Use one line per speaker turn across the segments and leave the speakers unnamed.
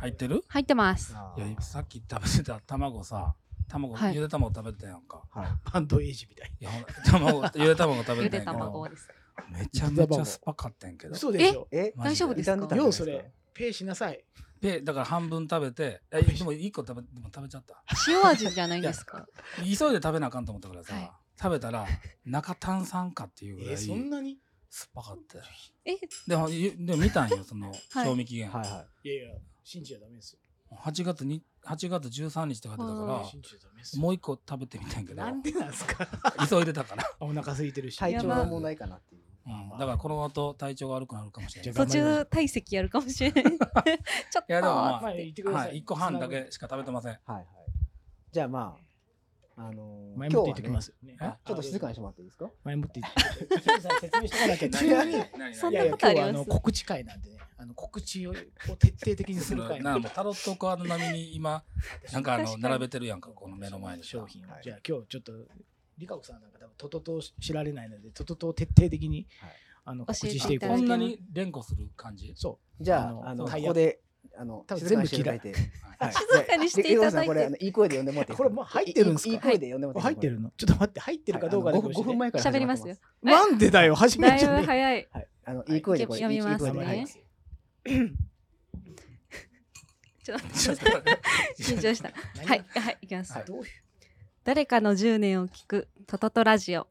入ってる
入ってます。
いやさっき食べてた卵さ卵、
はい
ゆで卵食べてたやんか
バンドエイジみたい。
いやほん卵 ゆで卵食べ
ゆ
て
で
たんやけど
卵です。
めちゃめちゃ酸っぱかったんやけど
嘘でしょ。
え
マジ
大丈夫ですか
傷んでたんじゃな
よう
いです
そ
か
れ。ペイしなさい。
でだから半分食べてえでも一個食べでも食べちゃった
塩味じゃないんですか。
急いで食べなあかんと思ったからさ、
はい
食べたら中炭酸かっていうぐら
え
い
ー、そ
酸
んなに
っぱかったよ
え、
でもゆでも見たん よその
はい
賞味期限、
はいはい
やいや、信じちゃダメですよ。
8月に8月13日って書いてたから
あ
信じちゃダメですよ。
もう一個食べてみたんやけど
なんでなんで すか
急いでたから、
お腹空いてるし。
体調
やば
の
い
問題かなっていう。
うん、だからこの後体調が悪くなるかもしれない
じゃ
途
頑張りましょ
中
う
体積やるかもしれない。ちょっ
い
と。
やでもまあ
まあ、言ってくだ
は
さい。
い、1個半だけしか食べてません。
はいはい。じゃあまあ、あのー、。
前もって言ってきますすよね。
今日はね
ちょっと静かにしてもらっていいですか
前もって 言って。ペイさん説明しとかなきゃ。
何
急に。
何何
そん
いや
ない
や
こ、と
今
あ
日
り
は
ま
あ
す
の告知会なんでね、あの告知をを徹底的にする会
な
な
か
んんで
もうタロットカード並みに今 なんかあ
確
の
かに
並べてるやんかこの目の前に
商品を
はい
じゃあ今日ちょっとリカ子さんなんか多分トトトを知られないのでトトトを徹底的に、
はい
あの
教え
告
て
知していこ
こ
いただ
う
き
んなに連呼する感じ
そ
じゃ
あの
あ、あの、
そう
ここで、あの、
多分
静かにしていただいて。 はい
静かにしていただいて
で江口さんこれ、あのいい声で呼んでもらっていいですか
これもう入ってるんですか
いいいい声で呼んでも
う
らって
入
いい
って
です
るのちょっと待って入ってる
か
かどうか
は
で
いあの5
教えて
分前から
喋
始
りま
まって
すよ。。
なんでだよ初め
だ
てじゃ
い
ね
ぶ早い。
はい。あの、いい声でこれ、
読み
いい
ますね
いい声ではい
ちょっと待
ち
っ
ょってと待って
緊張した。
え
はい、はい、いきます。
どういう
誰かの10年を聞くトトトラジオ。。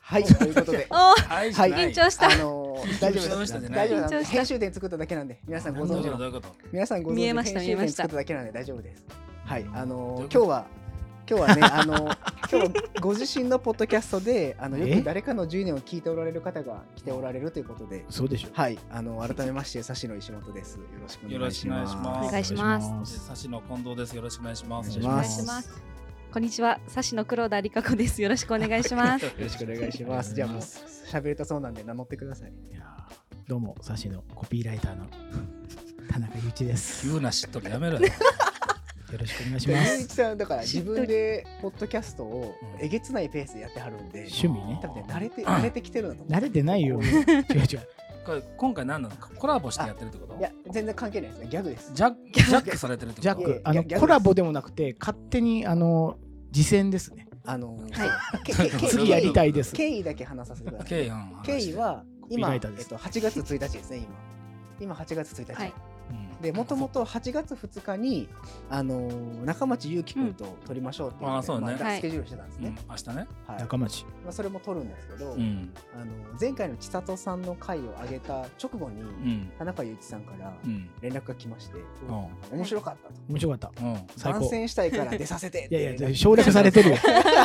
はい、という ことで
おー、
はい
はい
ない
緊張した
あ。の ー、大丈夫
緊張
で
し
す
たんじゃ。ない
大丈夫
緊張
で
し
す。
た
編集点作っただけなんで、皆さんご
どう
存
い
知
うことど
の。
ういうこと
皆さんご存
見え
知の
ました
編集
見えま
点
した
作っただけなんで大丈夫です。はい、あ
どうい
の
うこ
ー
と
今日は今日 はね、あのー今日ご自身のポッドキャストで、あのよ
え
く誰かの10年を聞いておられる方が来ておられるということで、
そうでしょ
はい、あの改めましてサシの石本です。よろしくお願いします。
よろしくお願
お願いします
サシの近藤ですよろしくお願いします
お
お願
願
い
い
し
し
ま。
ます
こんにちは、サシの黒田理香子です。よろしくお願いします。
よろしくお願いします。じゃあもう喋れたそうなんで名乗ってください。
いやーどうもサシのコピーライターの 田中裕一ですよ
急なしっとりやめろよ
ろしくお願いし
ゆ
ま
ういち
す
さんだから自分でポッドキャストを
うん
えげつないペースでやってはるんで、
趣味ね
多分ね慣れて慣れてきてるんだと思う。
慣れてないよ違う違う
これ今回何なのコラボしてやってるってこと
いや全然関係ないですね。ギャグです。
ジャッジャックされてるってこと
ジャッ
いやいや
クあ
ギ
の
ャグです
コラボでもなくて勝手にあの次戦ですね
あのー
は
けけけ
次やりたいです
経緯だけ話させてくださ
経
い。
緯うん
経緯は
コピー
今、
ラ
え
イ
っ
ターです
と、8月1日ですね、今。今8月1日。
はい
うん
で、もともと8月2日に、あのー中町ゆうきくんと撮りましょうっていう,、
あーそうね
ま
はい
スケジュールしてたんです
うん
ね。
明日ね
はい
仲間ち
まあ、それも撮るんですけど、
うん
あの前回の千里さんの回を上げた直後に、
うん
田中裕一さんから
うん
連絡が来まして、
うん
面白かったと。
面白かった
うん
最
参
高
戦したいから出させてっ
い
て
や
連
い
絡
や省略されてるよ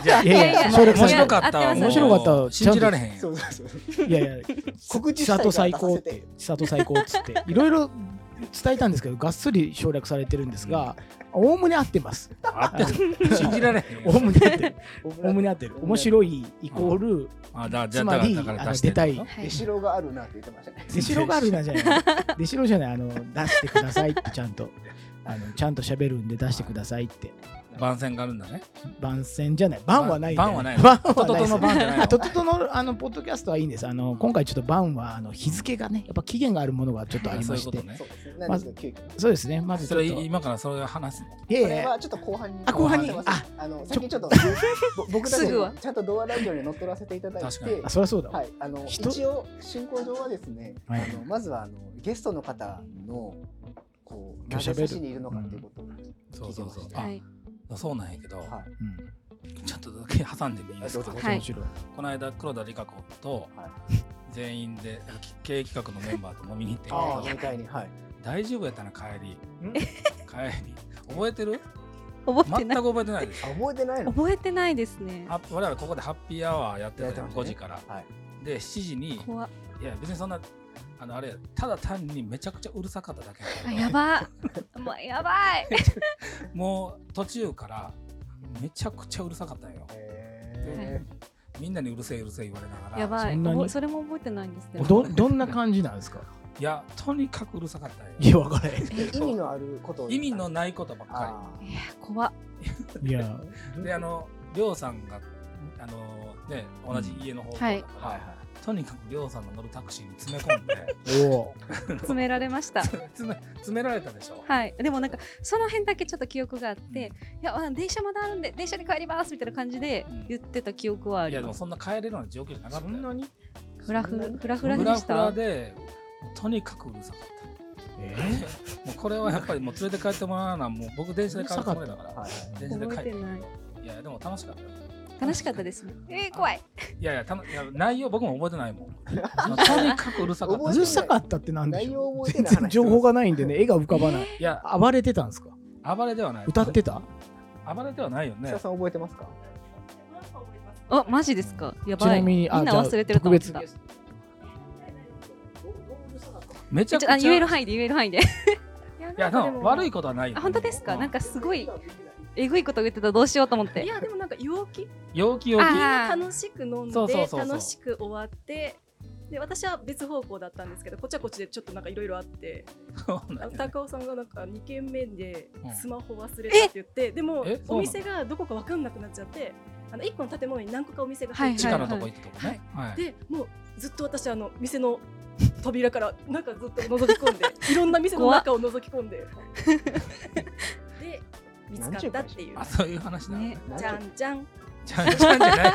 いや
いやいや省略
面
されて
白
る
かったわ
面白かったわ
もう信じられへんよ
そうそうそう。
いやい や、
告知
千
したいから
里最高って
出、
千里最高っつって、いろいろ伝えたんですけど、がっつり省略されてるんですが、おおむね合ってます。
あってる信じられへん
おお
よ
むね 合ってる。
オ
おおむね合ってる。面白いイコール、
あだじゃ
つ
あ
ま
だから
り、
だから
あの
出して
出
んだ
たい。
は
出
い。
しろがあるなって言ってましたね。
出しろがあるなじゃない。出しろじゃない、あの、出してくださいって、ちゃんと。あのちゃんと喋るんで出してくださいって。
番宣があるんだね
番宣じゃない。番はないんだよ。
番はないの
番
ト
は
ト
ない
ト
です
の番じゃないの
あとととのあのポッドキャストはいいんです。あの今回ちょっと番はあの日付がね、やっぱ期限があるものがちょっとあり
そう
ま
いう
し
こ
て、
と
そう
ね
そうですね。なんですけど、急遽。
ですね。まずち
そ
ょっと
れ今からそれを話す
い
こ
やい
れ
や
はちょっと後半に。
あ後半に
あ
あ、
あの、
ちょ
先にちょっと、ぼ 僕たち
すぐは
にちゃんとドアラジオに乗っ取らせていただい
確かに
て
あ、そりゃそうだわ。
はい、あの
人
一応進行上はですね、
はい
あのまずはあのゲストの方のこう
今
な
日喋
ぜ
る
差しにいるのかっていうことを、
そうそうそう
は
あ
い。
そうなんやけど
はい、
うん
ちょっとだけ挟んでもいいです
ど
か
うぞ
はい
もちろん
この間黒田理香子と
はい
全員で経営企画のメンバーと飲みに行ってん
ああ
け
飲み会にはい
ど大丈夫やったな帰り
ん
帰り覚えてる
覚えて
全
ない。
く覚えてないでし
あ
ょ
覚えてないの
覚えてないですね。
あ我々ここでハッピーアワーやってた
やって
よ
ました
5
ね
時から
はい
で7時に
怖っ
いや別にそんなあのあれやただ単にめちゃくちゃうるさかっただけやけど
あ、やば。もうやばい。
もう途中からめちゃくちゃうるさかったんよ
へ
みんなにうるせえうるせえ言われながら
やばい
そんなに
おぼそれも覚えてないんですけど
どどんな感じなんですか
いやとにかくうるさかったんよ
いや分からへん
え意味のあることを
意味のないことばっか
あ
えー怖っ
いや
りであの亮さんがあのね同じ家の方向
は
だ
い
か
ー
ら、
はいは
とにかく亮さんの乗るタクシーに詰め込んで
おお
詰められました
詰め詰められたでしょ、
はいでもなんかその辺だけちょっと記憶があっ
うん
て、いやあ電車まだあるんで電車で帰りますみたいな感じで
うん
言ってた記憶はあ
い
り
やでも
ます
そんな帰れるような状況じゃなか
そ
った
ん
よ
なに
フラフラフラフラ
フ
で
ラ
し
フラ
た
でとにかくうるさかった
え
もうこれはやっぱりもう連れて帰ってもらわなもう僕電車で帰るつもりだから、
いはい
電車で帰
覚え
って
ない
いやいやでも楽しかったよ
楽しかっ たですねえー、怖い
いやいやたのいや内容僕も覚えてないもんまあとにかくうるさかった
うるさかったってなんでし
内
ょ
容
う
覚えて
全
ない
然情報がないん でね絵が浮かばない
いや
暴れてたんですか
暴れではない
歌ってた
暴れではないよ
い
ね
久田さん覚えてますか
あマジですかやばい
ちなみにあ
みんな忘れてると思ってた
じゃ
めちゃく
ち
ち
ょ
ゃ
あ言え
い
る範囲で言える範囲で い
やでも悪い
こ
ことはないよ
あ本当ですかなんかすごい
い
えぐいこと言ってたらどうしようと思って
やでもなんか陽気
陽気陽気
あー
楽しく飲んで
そうそうそうそう
楽しく終わってで私は別方向だったんですけどこっちはこっちでちょっとなんかいろいろあって
そうなんだ
高尾さんがなんか2軒目で
うん
スマホ忘れたって言って、でも
えそうなの
お店がどこか分かんなくなっちゃってあの1個の建物に何個かお店が
は
入
い
っ
地
て、
下のとこ行ったとこね、はい
でもうずっと私あの店の扉から中ずっと覗き込 んでいろんな店の中を覗き込んでで見つかったっていう
あそういう話だ、
ね
じゃんじゃん
じゃんじゃんじゃないよ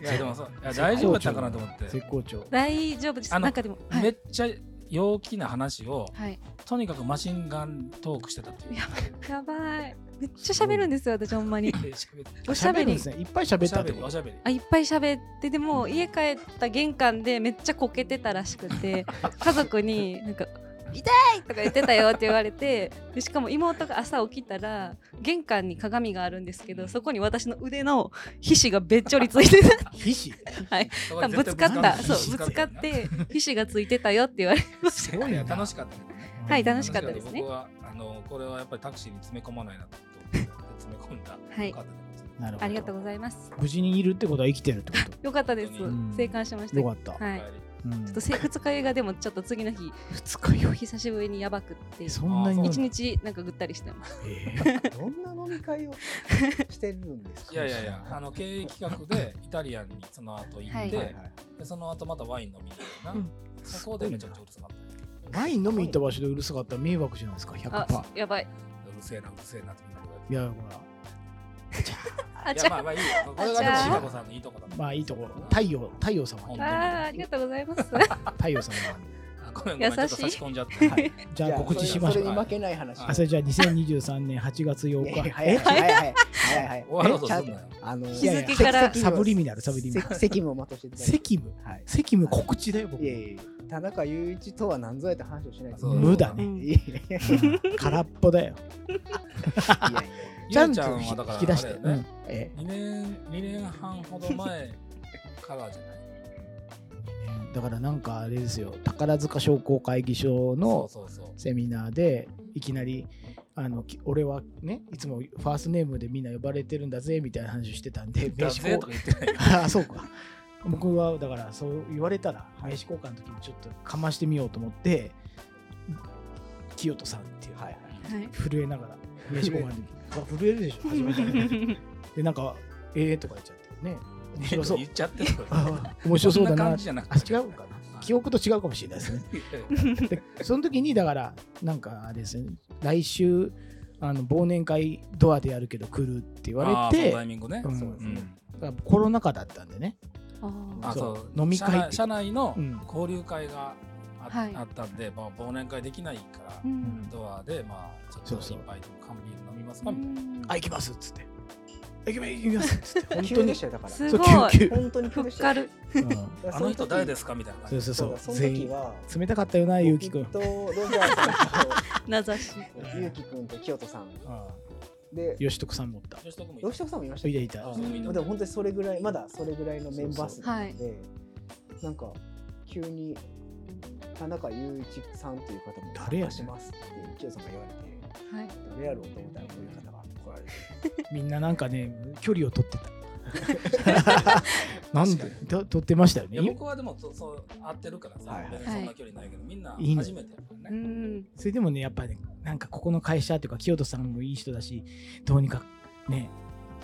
いやでもそういや大丈夫だったかなと思って
絶好調
大丈夫です
あの
なんかでもは
め
い
っちゃ陽気な話を
はい
とにかくマシンガントークしてたっていう
ややばいめっちゃ喋るんですよ私ほんまに
で喋って
おしゃべ
喋るん
り
ですねいっぱい喋
お
っ
しゃ
たっ
べ
て
りお
こと
しゃべり
あいっぱい喋ってでも家帰った玄関でめっちゃこけてたらしく て家族になんか「痛い!」とか言ってたよって言われてでしかも妹が朝起きたら玄関に鏡があるんですけどそこに私の腕の皮脂がべっちょりついてた
皮脂
そこ
多
で
分ぶ
絶
つか
対
った
ぶつ
そうぶつかっ
ぶ
て皮脂がついてたよって言われました
つかったよね
すごいな
楽しかったけどね
はい楽しかったですね
僕はあのこれはやっぱりタクシーに詰め込まないなと思って詰め込んだ
はい
よかったですね
なるほど
ありがとうございます
無事にいるって ことは生きてるってこ
よかったです
うん
生還しまし
と
た
よかった、
はい
お帰
うん
ちょっとせ二日酔いがでもちょっと次の日
二日酔い
久しぶりにやばくって
そんな
あ
に
ー
一日なんかぐったりしてます
え ー
どんな飲み会をしてるんですか
りいやいやいやあの経営企画でイタリアンにその後行って、
はい
でその後またワイン飲みに行くな、
うん
そこでめちゃくちゃうるさかった
ワイン飲み行った場所でうるさかったら迷惑じゃないですか
あ
100%
やばい
る
う
せえなうるせえなってみんな言われて
いやほら
あ
い
ちゃ
やまあまあいいよこれがでもしなこさんのいいとこだ
まあいいところ太陽太陽様
本当に
あーありがとうござい ます。
太陽様 な
あごめんご
んで
めんちょっと差し込んじゃって、
はいじゃあ告知しまし
そ
ょ
うれ
か
に負けない話。
は
あそれじゃあ2023年8月
い
8
やい
日
や早い早い早い早い早い。
終わろうと
えちゃ
す
ん
んなよ
あの
いやいや
日付から
サブリミナルサブリミナル
せ責務をまとしていただいて。
責務
はい。
責務告知だよ僕
いやいやいや田中雄一とは何ぞやって話をしないと。
そう
無だね
いやいやいやい
うん空っぽだよ
や
ゆうちゃんはだから
引き出して
あれ
う
だよね
んえ
2年2年半ほど前からじゃない
えだからなんかあれですよ宝塚商工会議所の
そうそうそう
セミナーでいきなりあのき俺はねいつもファーストネームでみんな呼ばれてるんだぜみたいな話をしてたんで
だ
名刺
ぜ
交
とか言ってないよ
換あそうか僕はだからそう言われたら名刺交換の時にちょっとかましてみようと思って清人さんっていう、
はいはい
震えながら名刺交換の時ほら震えるでしょ初めてでなんか「ええ」とか言っちゃってね面白そう
言っちゃってる
あー 面白そうだ
んな
な
感じじゃな
あ
くて
違うかな記憶と違うかもしれないですねでその時にだからなんかあれですね来週あの忘年会ドアでやるけど来るって言わ
あー
れ
そ
て
のタイミングね、
うん
そうです
う
ね。
ん
だからコロナ禍だったんでね、
あ
そ
そうう
飲み会
社内社内の
うん
交流会があ,、
はい
あったんで、まあ、忘年会できないから、
うん
ドアでまあちょっと
そうそう
一杯でも缶ビール飲みますかみたい
あ行きますっつって行きます行きますっつって本当
急で
に
したよだから。
す
そう
ごい。
急急
本当に
ふ
急
っ
でした
か
よ。
る。
うん
なあの人誰ですすかみたいな感じ
そうそ
そ
うそうう
だその
全
時
員
は。
冷たかったよなゆうきくん
僕とロジャーさんと
名指し。
ゆうきくんと清人さん
あ
で
あ、吉徳さんもおった
吉田君もいた
吉徳さんもいました
い
ね
たいた
あそういた
まあでも本当にそれぐらいまだそれぐらいのメンバー数
そうそう
なので、なんか急に田中雄一さんという方も参
誰やねん
加しますって清さんが言われて
はい。
誰やろうと思ったらこういう方が来られて
みんななんかね距離を取ってたなんで
確
と撮ってましたよ
い
ね
や僕はでもそそう合ってるからさ、
はいはい
別にそんな距離ないけどみんない
いの
初めてやから
う
ね。
ん
それでもねやっぱり、ね、なんかここの会社というか清人さんもいい人だしどうにかね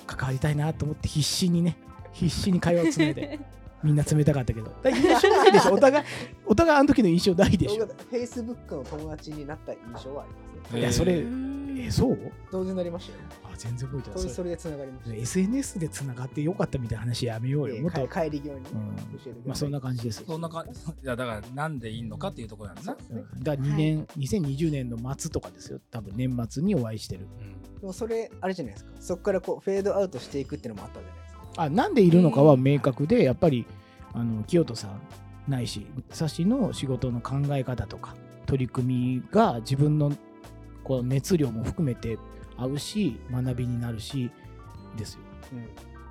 関わりたいなと思って必死にね必死に会話を詰めてみんな冷たかったけどだから印象ないでしょお互いお互いあの時の印象ないで しょ
フェイスブックの友達になった印象はあります
えー
ね。
いやそれ
う
え
ん
ーそう
同時になりましたよ。
あ全然覚えてない
それ
そ
それで繋がりました
れ SNS でつながってよかったみたいな話やめようよ、
え
もっと
ー。か帰り際にね
うん
教えてく
ま
だ
あ
さ
そ
い
んな感じです
そんな感じ。 いやだからなんでいいのかっていうところやん
そ
な
うで。す
う
ね
んだから2年、2020年の末とかですよ多分年末にお会いしてる
うん
でもそれあれじゃないですかそこからこうフェードアウトしていくっていうのもあったじゃないですか
あなんでいるのかは明確で、やっぱりあの清人さんないしサシの仕事の考え方とか取り組みが自分のこう熱量も含めて合うし学びになるしですよ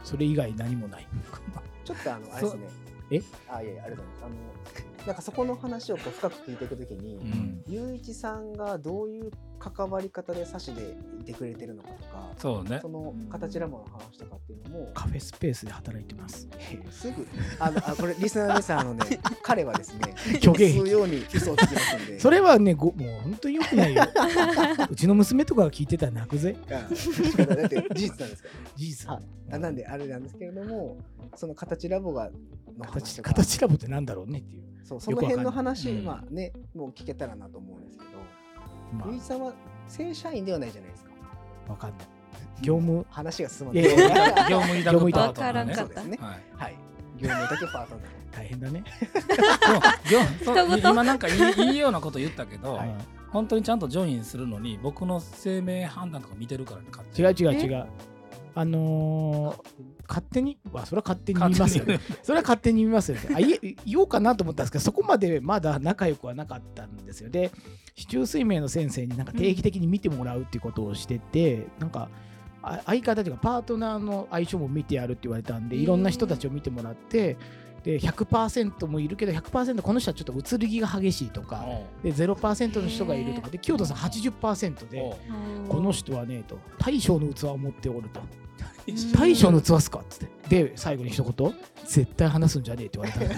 それ以外何もない
ちょっとあのあれですね
え
あいやいやありがとうございますあのなんかそこの話をこう深く聞いていくときに、
うん
ゆういちさんがどういう関わり方でサシでいてくれてるのかとか
そうね
そ。の形ラボの話とかっていうのも、
カフェスペースで働いてます
すぐあのあこれリスナーの皆さんあの ね彼はですね
虚言
吸う
癖
ように嘘をつきますんで
それはねごもう本当によくな いようちの娘とかが聞いてたら泣くぜ
うん仕方ないだって事実なんですから
事実
はいあなんであれなんですけれどもその形ラボがの話
形
とか
形ラボってなんだろうねっていう
そうそ
よ
の
くわかんな
辺
い
の話、
うん
まあねもう聞けたらなと思うんですけど、
ま
ゆういちさんは正社員ではないじゃないですか
あわかんない業務
話が進ま
い
ない
や
い
いや
業務委託パート
わから
ナー
ん
ね。
か
そ
っ
うですね
はい。
はい業務だけパートナー
大変だね、
でもそう
人事
今なんかいいいいようなこと言ったけど、
はい
本当にちゃんとジョインするのに僕の生命判断とか見てるからね勝手
違
に
う違う違う。あのー勝手にわそれは勝手に見ますよ、ね。
勝手に
それは勝手に見ますよ、ね。あ言え言おうかなと思ったんですけど、そこまでまだ仲良くはなかったんですよ。で、市中水明の先生になんか定期的に見てもらうっていうことをしてて、なんかあ相方というかパートナーの相性も見てやるって言われたんで、いろんな人たちを見てもらって、で100%もいるけど100%この人はちょっと移り気が激しいとか、で0%の人がいるとかで清人さん80%
おうお
で
う
この人はねと大将の器を持っておると
うん
大将の器っすかっつってで最後に一言「絶対話すんじゃねえ」って言わ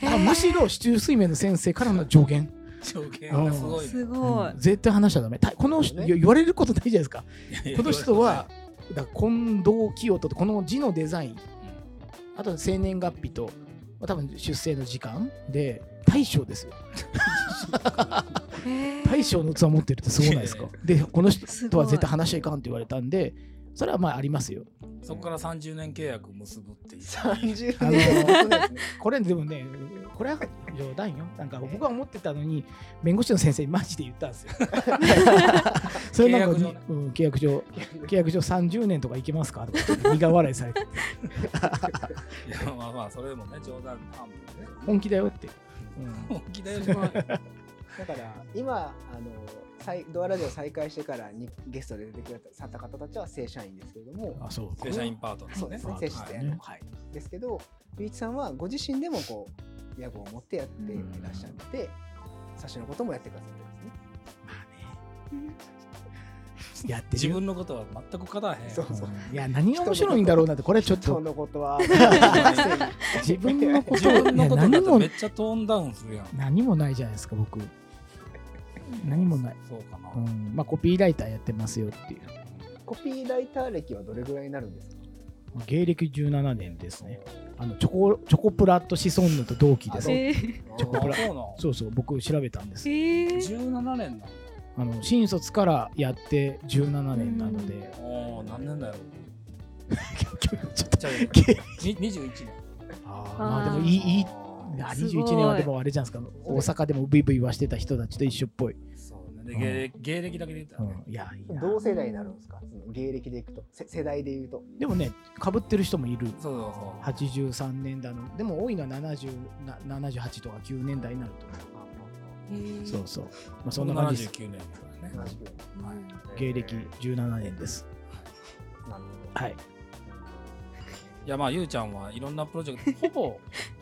れたのむしろ市中水面の先生からの助言
条件がすごいね
すごい
うん絶対話しちゃダメたこの人
ね
言われることないじゃないですか
いや
この人はだから近藤清人とこの字のデザインあと生年月日とまあ多分出生の時間で大将ですよ
へー
大将の器持ってるってすごないですかでこの人
す
と
ご
はい絶対話しちゃいかんって言われたんでそれはまあありますよ
そこから30年契約結ぶっていう
30
あの
年本当ですね
これでもね、これは冗談よ。なんか僕は思ってたのに、弁護士の先生にマジで言ったんで すよ。それなん
契約
か
上ね
うん、契約上、契約上30年とかいけますかとかって苦笑いされて、
いや まあまあそれもね冗談半分でね
本気だよって。うん
本気だよ
すごい
だから今あの再ドアラジオ再開してからにゲストで出てくれた方たちは正社員ですけれども
あ、そう。
正社員パートナー
そうですね
は
正
い
社員
はい
はい、ですけどゆういちさんはご自身でもこう野望を持ってやっていらっしゃってサシのこともやってくださってますね
まあねやって
自
るよ。
分のことは全く語らへん
そう
うんいや、何が面白いんだろうなって、これちょっ
人
と
のことは
自分のこ
自
と、
分の
い
ことだ
や何
と
も
めっ、ちゃトーンダウンするやん
何もないじゃないですか、僕。何もない。
そうかな
うん、まあ、コピーライターやってますよっていう。
コピーライター歴はどれぐらいになるんですか
芸歴17年ですね。あのチョコチョコプラとシソンヌと同期で
あ
す
そう。
えー
あ
チョコプラ
そうなん
そうそう、僕調べたんです。
えー
17年な
あの新卒からやって17年なので、
のおお何年 だよ
ちょっと
じゃあに21年
あー
あ
ま
ー
あでもいいいい。
あ
あ
すごい
21年はでもあれじゃないですか大阪でもブイブイはしてた人たちと一緒っぽい、
そうねで芸歴芸歴だけで言った
う
らね
ん、いやいい
ー
な
同世代になるんですかその芸歴でいくとせ世代でいうと
でもねかぶってる人もいる
そうそうそう
83年だのでも多いのは70な78とか9年代になると思うそうそう、まあ、そんな感じで
79
す
年ですからね
同じくらい
芸歴17年です
なる
はい
いやまあゆうちゃんはいろんなプロジェク トほぼ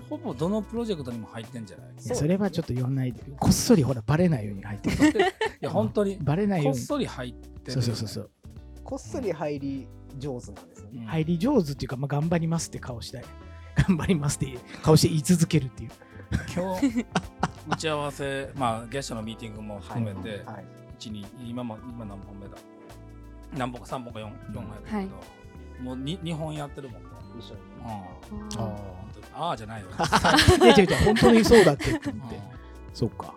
ほぼどのプロジェクトにも入ってんじゃない
いやそれはちょっと言わないでこっそりほらバレないように入ってる
いや本当に
バレない
こ
よ
っ
うにそ
そり入って
うそうそうそうう
ほどこっそり入り上手なんですよね
うん
入り上手っていうか、まあ、頑張りますって顔したい。 頑張りますって顔して言い続けるっていう。
今日打ち合わせ、まあ、ゲストのミーティングも含めて、
はい、
一に今も今何本目だ何本か3本か 4, 四本やったけど、もう 2, 本やってるもんね、
一緒に。
うん、本
あ
当にああじゃない よ
いや違う違う、本当にそうだっ てって
うん
思って。そうか。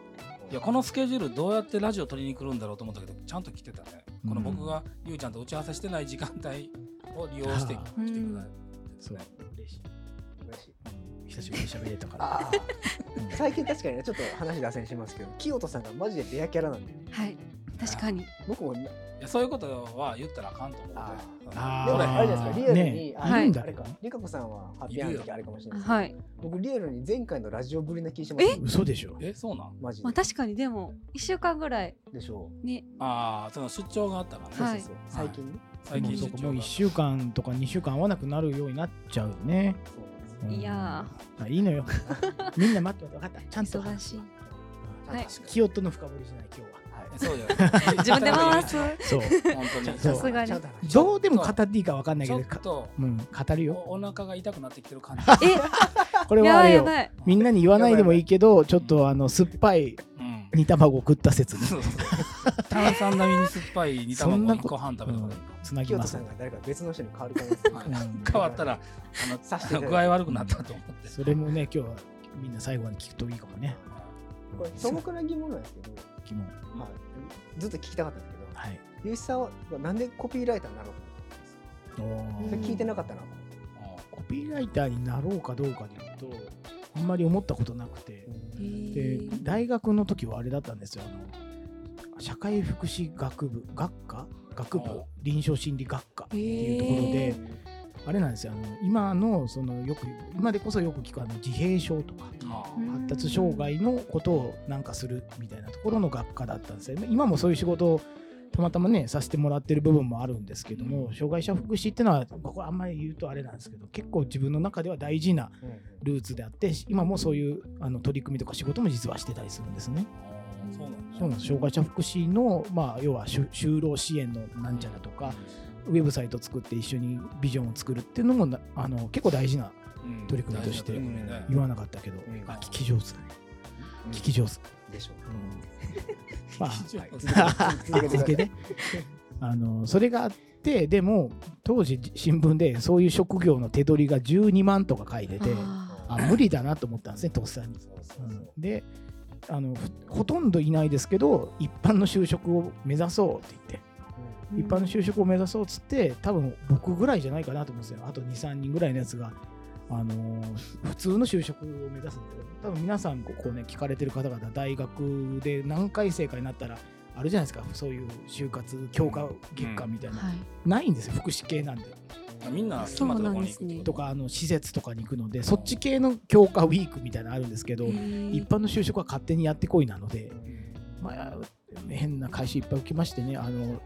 いやこのスケジュールどうやってラジオ取りに来るんだろうと思ったけどちゃんと来てたね、この僕がゆうちゃんと打ち合わせしてない時間帯を利用して
あ
来て
ー
ください
そう。嬉しい。
嬉しい
久しぶりに喋れたか
あ
ら。
ー最近確かにねちょっと話脱線しますけど清人さんがマジでレアキャラなんで
はい確かに
僕もな、
いやそういうことは言ったらあかんと思うで
あ
あー
でもねあれじゃないですかリアルに、
ね
あ
いるん
だ
あれかリカ子さんはハッピーアンの時あれかもしれないですけど
はい
僕リアルに前回のラジオぶりな気してます
嘘でしょ。
えそうなん
マジ
まあ
で
確かにでも一週間ぐらい
でしょう
に
ああその出張があったからね、
そう
は
そう
い
そう最近ね
最
も
近
う
出
そうか
張
もう
が
1週間とか2週間会わなくなるようになっちゃうね。
そうなんですよ
うん
いや
あいい のよ。みんな待って分かった。ちゃんと
忙しいはい
ちゃんと
キヨットの深掘りしない今日は。
はい
そう じゃ
自分で回す
そう。
本当に
そ
さ
う
すがに
ちゃんと話し
どうでも語っていいか分かんない
ち
け
ょ
ど、
っ
か
と
うん、語るよ。
おお腹が痛くなってきてる感じ。
え
これ
や
はあ
ばい
れ
や
よ。
ばい
みんなに言わないでもいいけど、ちょっとあの酸っぱい
うん。
煮卵食った説ね
そうそうそう炭酸並みに酸っぱい煮
そん
卵
な
1
こと
個半食べたことある
つなぎ
清
ま
人
す
さん
の
が
で。
誰か別の人に変わる可能
は
性
い
が
うん
変わったら
させて
あの
いただいて
具合悪くなったと思って。
それもね、今日はみんな最後に聞くといいかもね。
これ素朴な疑問なんですけど、
疑問
まあ、ずっと聞きたかったんですけど
はい。
ゆういちさんはなんでコピーライターになろうと思ったんですか
おー
それ聞いてなかったな、
コピーライターになろうかどうかで言うと、あんまり思ったことなく て、で
えー
大学の時はあれだったんですよ。あの社会福祉学部、学科学
あ
部
あ
臨床心理学科っていうところで、
え
あれなんですよあの今のそのよく今でこそよく聞くあの自閉症とか
うん
発達障害のことをなんかするみたいなところの学科だったんですよね今もそういう仕事をたまたまねさせてもらってる部分もあるんですけども障害者福祉ってのはここあんまり言うとあれなんですけど結構自分の中では大事な
うんうん
ルーツであって今もそういうあの取り組みとか仕事も実はしてたりするんですね。
そうなんだ
そうなんです障害者福祉の、まあ、要は就就労支援のなんちゃらとかウェブサイト作って一緒にビジョンを作るっていうのもなあの結構大事な
うん
取り組みとして
大事な取り組みね
言わなかったけど、
うん
あ聞き上手だね聞き上手、
でしょう
ま
はい
あ続
て
けてあのそれがあってでも当時新聞でそういう職業の手取りが12万とか書いてて
あ
あ無理だなと思ったんですねとっさに、
そうそううんそ
であのふほとんどいないですけど一般の就職を目指そうって言って
う
ー
一般の就職を目指そうっつって多分僕ぐらいじゃないかなと思うんですよあと23人ぐらいのやつが、あのー普通の就職を目指すんだけど多分皆さんこうこうね聞かれてる方々大学で何回生かになったらあるじゃないですかそういう就活強化月間みたいな、
はい
ないんですよ福祉系なんで
あみんな決まったとこに行くってこと
かあの施設とかに行くのでそっち系の強化ウィークみたいなのあるんですけど、
えー
一般の就職は勝手にやってこいなので、
うん
まあ、変な会社いっぱい受けましてねあの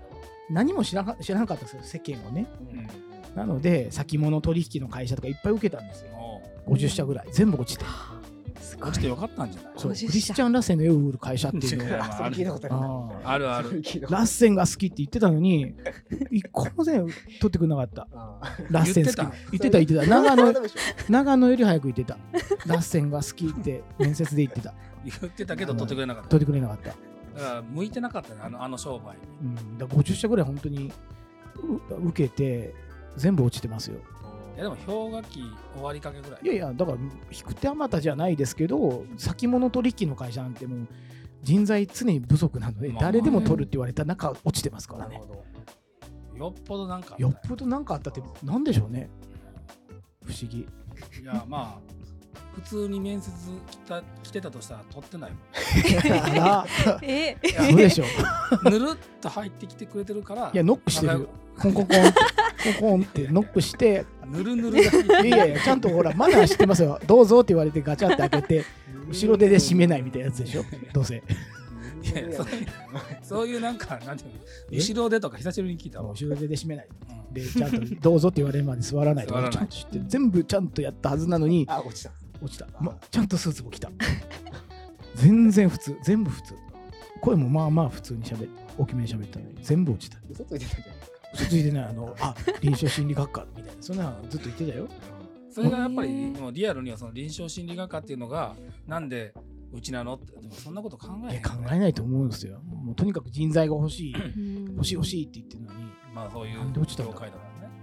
何も知らな知らなかったんですよ世間をね
うん
うん
なので先物取引の会社とかいっぱい受けたんですよ
おう
50社ぐらい全部落ちて
すごい
落ちてよかったんじゃない
そうク
50社
リスチャン・ラッセンの絵を売る会社っていうの
いや
が
ま
あそれ聞いたことある
あるある
それ聞いたこと
ラ
ある
ッセンが好きって言ってたのに一個も全部取ってくれなかった
あ
ラッセン好き言ってた言ってた
ー
長
それ
野
ダメでしょ
長野より早く言ってたラッセンが好きって面接で言ってた
言ってたけど取ってくれなかった
取ってくれなかった、
だから向いてなかったねあのあの商売に
うん、だから50社ぐらい本当にう受けて全部落ちてますよ
いやでも氷河期終わりかけぐらい
いやいや、だから、引く手あまたじゃないですけど、先物取引の会社なんてもう、人材常に不足なので、
まあ
誰でも取るって言われた中、落ちてますから
なる
ね
ほ。ど
よっぽどなんかあたね
よっぽど何かあったって、なんでしょうね。不思議。
いやまあ普通に面接来た来てたとしたら取ってないもん
あら、
え
そうでしょう。
ぬるっと入ってきてくれてるから
いや、ノックしてるよ。コンコンコン、コンコンってノックして、
ぬるぬるが入って
いやいや、ちゃんとほら、マナー知ってますよ。どうぞって言われて、ガチャって開けて、後ろ手で閉めないみたいなやつでしょ。どうせ。
いやいやそういうそういうなんかなんていうの
え
後ろでとか久しぶりに聞いたわ、
後ろ手で閉めない。
うん
で、ちゃんとどうぞって言われるまで座らないと
座ら
か、
ない
ちゃんと知って、全部ちゃんとやったはずなのに、
あ落ちた
落ちた、ま、ちゃんとスーツも着た全然普通全部普通声もまあまあ普通に喋って大きめに喋ったのに全部落ちた
嘘ついてたじゃないですか
嘘ついてないあのあ臨床心理学科みたいなそんなのずっと言ってたよ
それがやっぱ
へ
り
ー
もうリアルにはその臨床心理学科っていうのがなんでうちなのってでもそんなこと考え
い
へ
や
ん
考えないと思うんですよもうとにかく人材が欲しい欲しい欲しいって言ってるのに
まあそういう
なんで落ちたん
業
だろ
界
う
だからね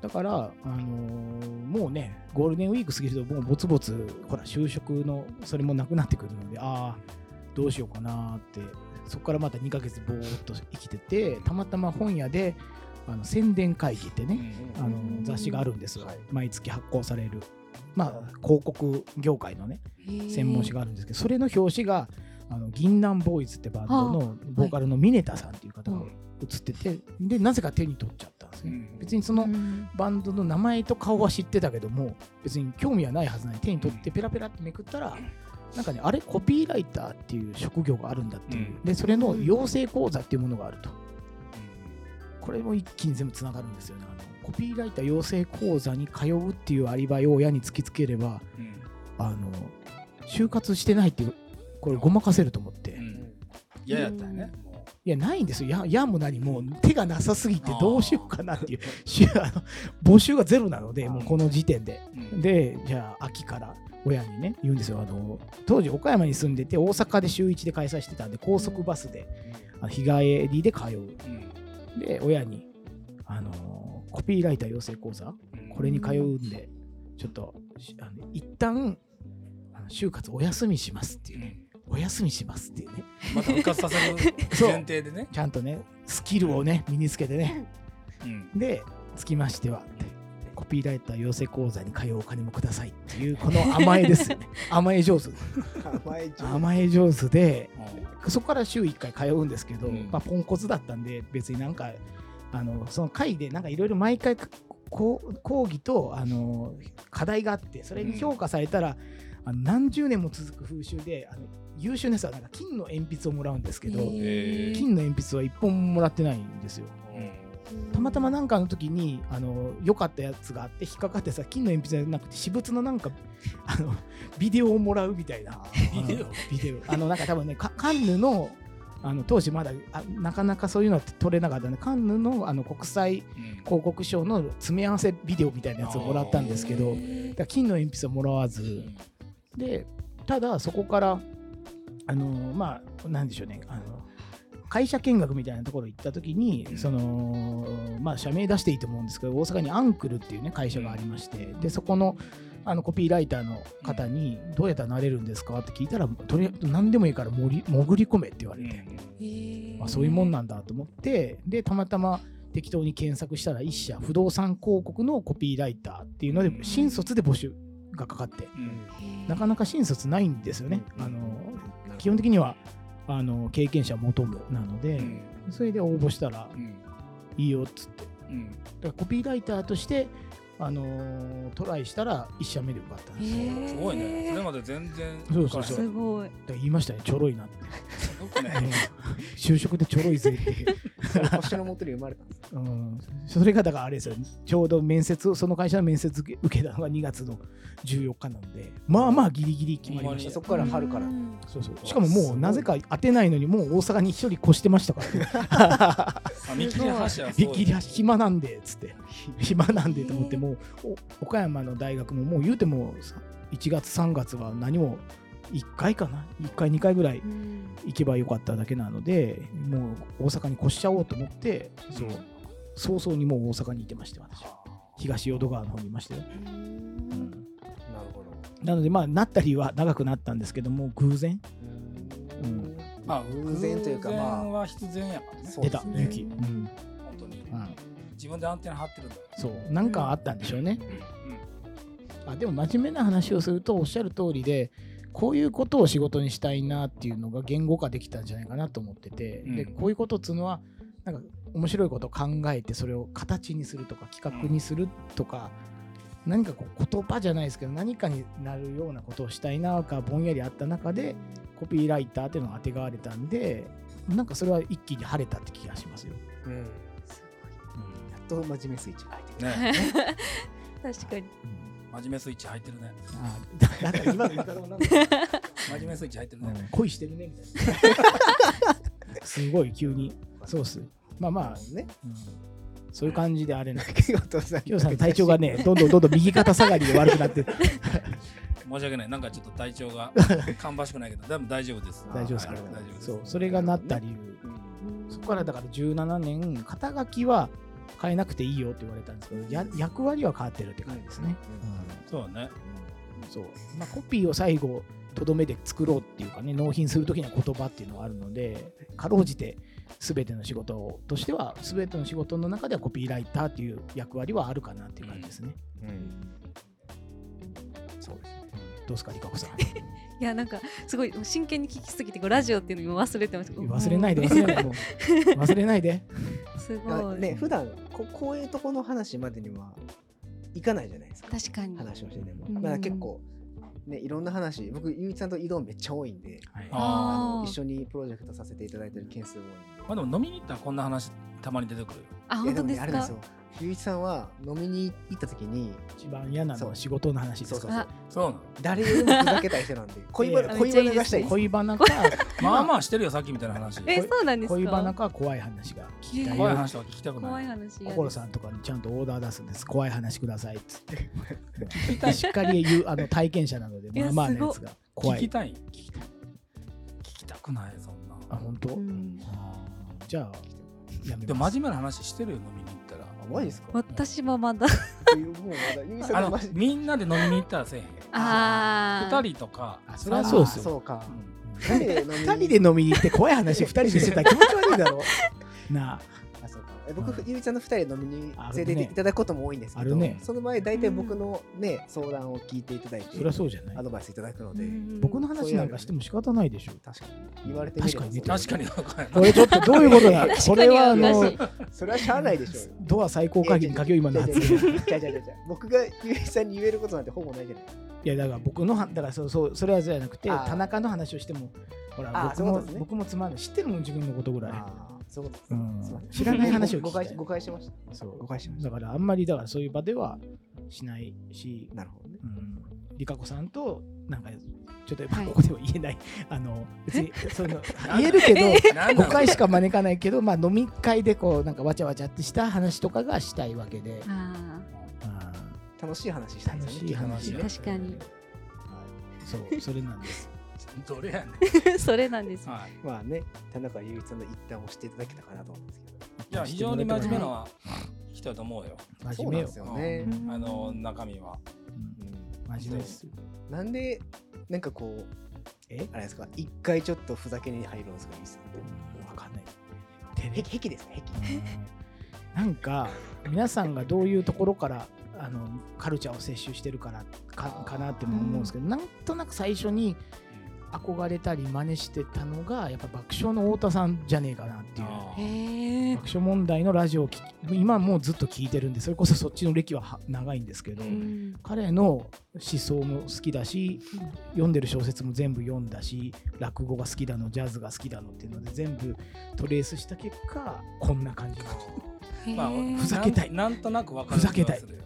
だから、あのーもうねゴールデンウィーク過ぎるともうぼつぼつほら就職のそれもなくなってくるのでああどうしようかなーってそこからまた2ヶ月ぼーっと生きててたまたま本屋であの宣伝会議ってね、
うん
あの雑誌があるんですよ、
はい
毎月発行される、まあ、広告業界のね専門誌があるんですけど、それの表紙があの銀杏ボーイズってバンドのボーカルのミネタさんっていう方が写ってて、でなぜか手に取っちゃったんです
う
ね、
ん
別にその
うん
バンドの名前と顔は知ってたけども別に興味はないはずなのに手に取ってペラペラってめくったらなんかねあれコピーライターっていう職業があるんだっていう、
うん
でそれの養成講座っていうものがあるとこれも一気に全部つながるんですよねあのコピーライター養成講座に通うっていうアリバイを親に突きつければ
うん
あの就活してないっていうこれごまかせると思って、
う
い
ん嫌やったよねも
やないんですよややも何も手がなさすぎてどうしようかなっていう しあの募集がゼロなのでもうこの時点で
ううん
でじゃあ秋から親にね言うんですよあの当時岡山に住んでて大阪で週1で開催してたんで高速バスであの日帰りで通う
うん
で親にあのコピーライター養成講座
うん
これに通うんでちょっとしあの一旦あの就活お休みしますっていううね
ん
お休みしますっていうね
また復活させる
そう
前提でね
ちゃんとねスキルをね身につけてね
うん
でつきましてはってコピーライター養成講座に通うお金もくださいっていうこの甘えですよね甘え上手
甘えちゃう
甘え上手で
うん
そこから週1回通うんですけど、
うん
まあ、ポンコツだったんで別になんかあのその会でなんかいろいろ毎回こう講義とあの課題があってそれに評価されたら、あの何十年も続く風習であの優秀な人はなんか金の鉛筆をもらうんですけど、
えー
金の鉛筆は1本ももらってないんですよ。たまたまなんかの時にあの良かったやつがあって引っかかってさ金の鉛筆じゃなくて私物のなんかあのビデオをもらうみたいな
ビデオ
あのビデオあのなんか多分ねカカンヌのあの当時まだあなかなかそういうのって撮れなかったんでカンヌのあの国際
うん
広告賞の詰め合わせビデオみたいなやつをもらったんですけどだから金の鉛筆はもらわず、でただそこからあのまあなんでしょうねあの会社見学みたいなところ行った時に、
うん
そのまあ社名出していいと思うんですけど大阪にアンクルっていうね会社がありまして、でそこのあのコピーライターの方に「どうやったらなれるんですか?」って聞いたらとりあえず何でもいいから潜り潜り込めって言わ
う
れ
ん
て、
へー
あそういうもんなんだと思ってでたまたま適当に検索したら一社不動産広告のコピーライターっていうので
うん
新卒で募集がかかって
うん
なかなか新卒ないんですよね。
うん
あの
なるほど
基本的にはあの経験者求むなので、
うん
それで応募したら
うん
いいよっつってだか
うん
らコピーライターとして、あのートライしたら1社目で受かったん
へ
ですよ
ー
すごいねそれまで全然
そうそうそう
すごい
だから言いましたねちょろいなって、
すごくね
うん就職でちょろいぜっていう、
その星のもとに生まれたんです
うん、それがだからあれですよちょうど面接をその会社の面接受け受けたのが2月の14日なのでまあまあギリギリ決まり
ほんま
まし
に
た
ねそこから春から
うん
そうそうしかももうなぜか当てないのにもう大阪に一人越してましたからね
あ見切り発車は
見切り発暇なんでっつって暇なんでと思ってもうお岡山の大学ももう言うても1月3月は何も1回かな1回2回ぐらい
うん
行けばよかっただけなのでもう大阪に越しちゃおうと思ってそう早々にもう大阪にいてまして私は東淀川の方にいましたよ、うん
なるほど
なのでまあなったりは長くなったんですけども偶然
うん
まあ
偶然というかまあ
偶然は必然やからね
そう
出
で
た
すね
勇気、うん
本当に
うん
自分でアンテナ張ってるんだよ
そうなんかあったんでしょうね、
うん
あでも真面目な話をするとおっしゃる通りでこういうことを仕事にしたいなっていうのが言語化できたんじゃないかなと思ってて、
うん
でこういうことっつうのはなんか面白いことを考えてそれを形にするとか企画にするとか、何かこう言葉じゃないですけど何かになるようなことをしたいながぼんやりあった中でコピーライターっていうのがあてがわれたんでなんかそれは一気に晴れたって気がしますよ。
うんやっと真面目スイッチが入ってき
ね
確かに
うん
真面目スイッチ入ってるね
あだだから今の言い方 もなんだ
真面目スイッチ入ってる
う
ね
ん恋してるねみた いなすごい急にそうっすまあまあ
た、ね
うんそういう感じであれなんです。
京都さん
ヨウさ ん、体調が ね、どんどんどんどん右肩下がりで悪くなって、
申し訳ない。なんかちょっと体調が芳しくないけど、でも大丈夫です。
大丈夫ですか
はい大丈夫です。
そう、それがなった理由。そこからだから17年、肩書きは変えなくていいよって言われたんですけど、や役割は変わってるって感じですね。
そうね。
うんそう。まあ、コピーを最後、とどめで作ろうっていうかね、納品するときの言葉っていうのがあるので、かろうじて全ての仕事をとしては、全ての仕事の中ではコピーライターっていう役割はあるかなっていう感じですね。
そうですね
どうですか、リカコさん。
いやなんかすごい真剣に聞きすぎてこうラジオっていうのも忘れてました
忘れないで、忘れないで。もう忘れないで。
す
だか
ご
ら
い、
ね普段ここういうとこの話までにはいかないじゃないですか
確かに
話をしてても、
うん
まあ結構ねいろんな話僕ゆういちさんと移動めっちゃ多いんで
はい
あ
あの
あー
一緒にプロジェクトさせていただいてる件数多いんで
あ。まあでも飲みに行ったらこんな話たまに出てくるよ。
あ
いや
本
で
当
も
で
ね
すか
あれなんですよゆういちさんは飲みに行った時に
一番嫌なのは仕事の話です
そう
か
そう
ら。
そ
そう
あ
う
なの。
誰よりもふざけた人なんで恋バナ
え
恋バナがしたいです
恋バナか、
まあまあしてるよ、さっきみたいな話。
え
怖
そうなんですか
恋バナか怖い話が聞きたい
怖
い
よ。
話とか聞きたく
怖
ないい。
話や
心さんとかにちゃんとオーダー出すんです。怖い話くださいっつって。しっかり言うあの体験者なので、
いや
まあまあのやつが怖
聞き
い。
たい。聞きたい。聞きたくない、そんな。
あ、本当、
うん
あーじゃあ、やめ
でも
ます。
真面目な話してるよ、飲みに行ったら。
あマジですか
私もまだ
もうまだゆういちさ
あ
んがマ
の
ジで
みんなで飲みに行ったらせえへん。
ああ
二人とか。
あそれは
あ
そうっすよ
そうか
うん
二人で飲みに
二人で飲みに行って怖い話二人でしてたら気持ち悪いだろ。なあ、
あそうかえ僕、
うん
ゆういちゃんの2人で飲みに連れ
あ
てい
ある
て
ね
いただくことも多いんですけ
あ
ど、
るね
その前大体僕の、ね相談を聞いていただいて
そりゃそうじゃな
ア
い。
ドバイスいただくの
う
で、
ん
僕の話なんかしても仕方ないでしょ。
確かに言われてみれば
確かにね
そう
確かにそうかやな
これちょっとどういうことだ
確かに
これはあ
おか
の
しい、
それはしゃあないでしょうよ
ドア最 高会議にかけよう今 の発言。
じゃじゃじゃじゃ僕がゆういちさんに言えることなんてほぼないじゃないですか
いやだから僕のはだからそうそうそれはじゃなくて
あー
田中の話をしてもほら
あー
僕
そういうこと
も、
ですね
僕もつまんない知ってるもん自分のことぐらい
あーそういうことです
う
ね
ん
すいません
知らない話を聞
誤
きたい
解誤解してました
そう
誤解しまし、
だからあんまりだからそういう場ではしないした
なるほどね
うん、リカ子さんとなんかちょっとやっぱ
はい
ここでは言えない、 あの別にその言えるけど
なんだ
誤
ろう
解しか招かないけど、まあ、飲み会でこうなんかわちゃわちゃってした話とかがしたいわけで、
あ
あ
楽しい話したいですよね
楽しい話
きっと
確かに
ーそうそれなんです
どれやねん。
ーそれなんです
はい。
まあね田中ゆういちさんの一端をしていただけたかなと思うんですけど
いや、非常に真面 目な人だと思うよ。
真
そうな
面目
ん
よ
ですよね、
うん
あの、中身は。
うん
うん
真面目ですよ
なんで、なんかこう、
え
あれですか、一回ちょっとふざけに入るんですか、ゆういちさんって。
わかんない
へきへきですか、へき。
なんか皆さんがどういうところからあのカルチャーを摂取してるからかかなっても思うんですけど、なんとなく最初に憧れたり真似してたのがやっぱ爆笑の太田さんじゃねえかなっていう
あ
へ
ー
え
爆笑問題のラジオを聞き今もうずっと聞いてるんでそれこそそっちの歴はは長いんですけど、
うん
彼の思想も好きだし読んでる小説も全部読んだし落語が好きだのジャズが好きだのっていうので全部トレースした結果こんな感じになっちゃった
まあ、
へー
ふざけたい
なんなんとなくわかる。
ふざけたい。で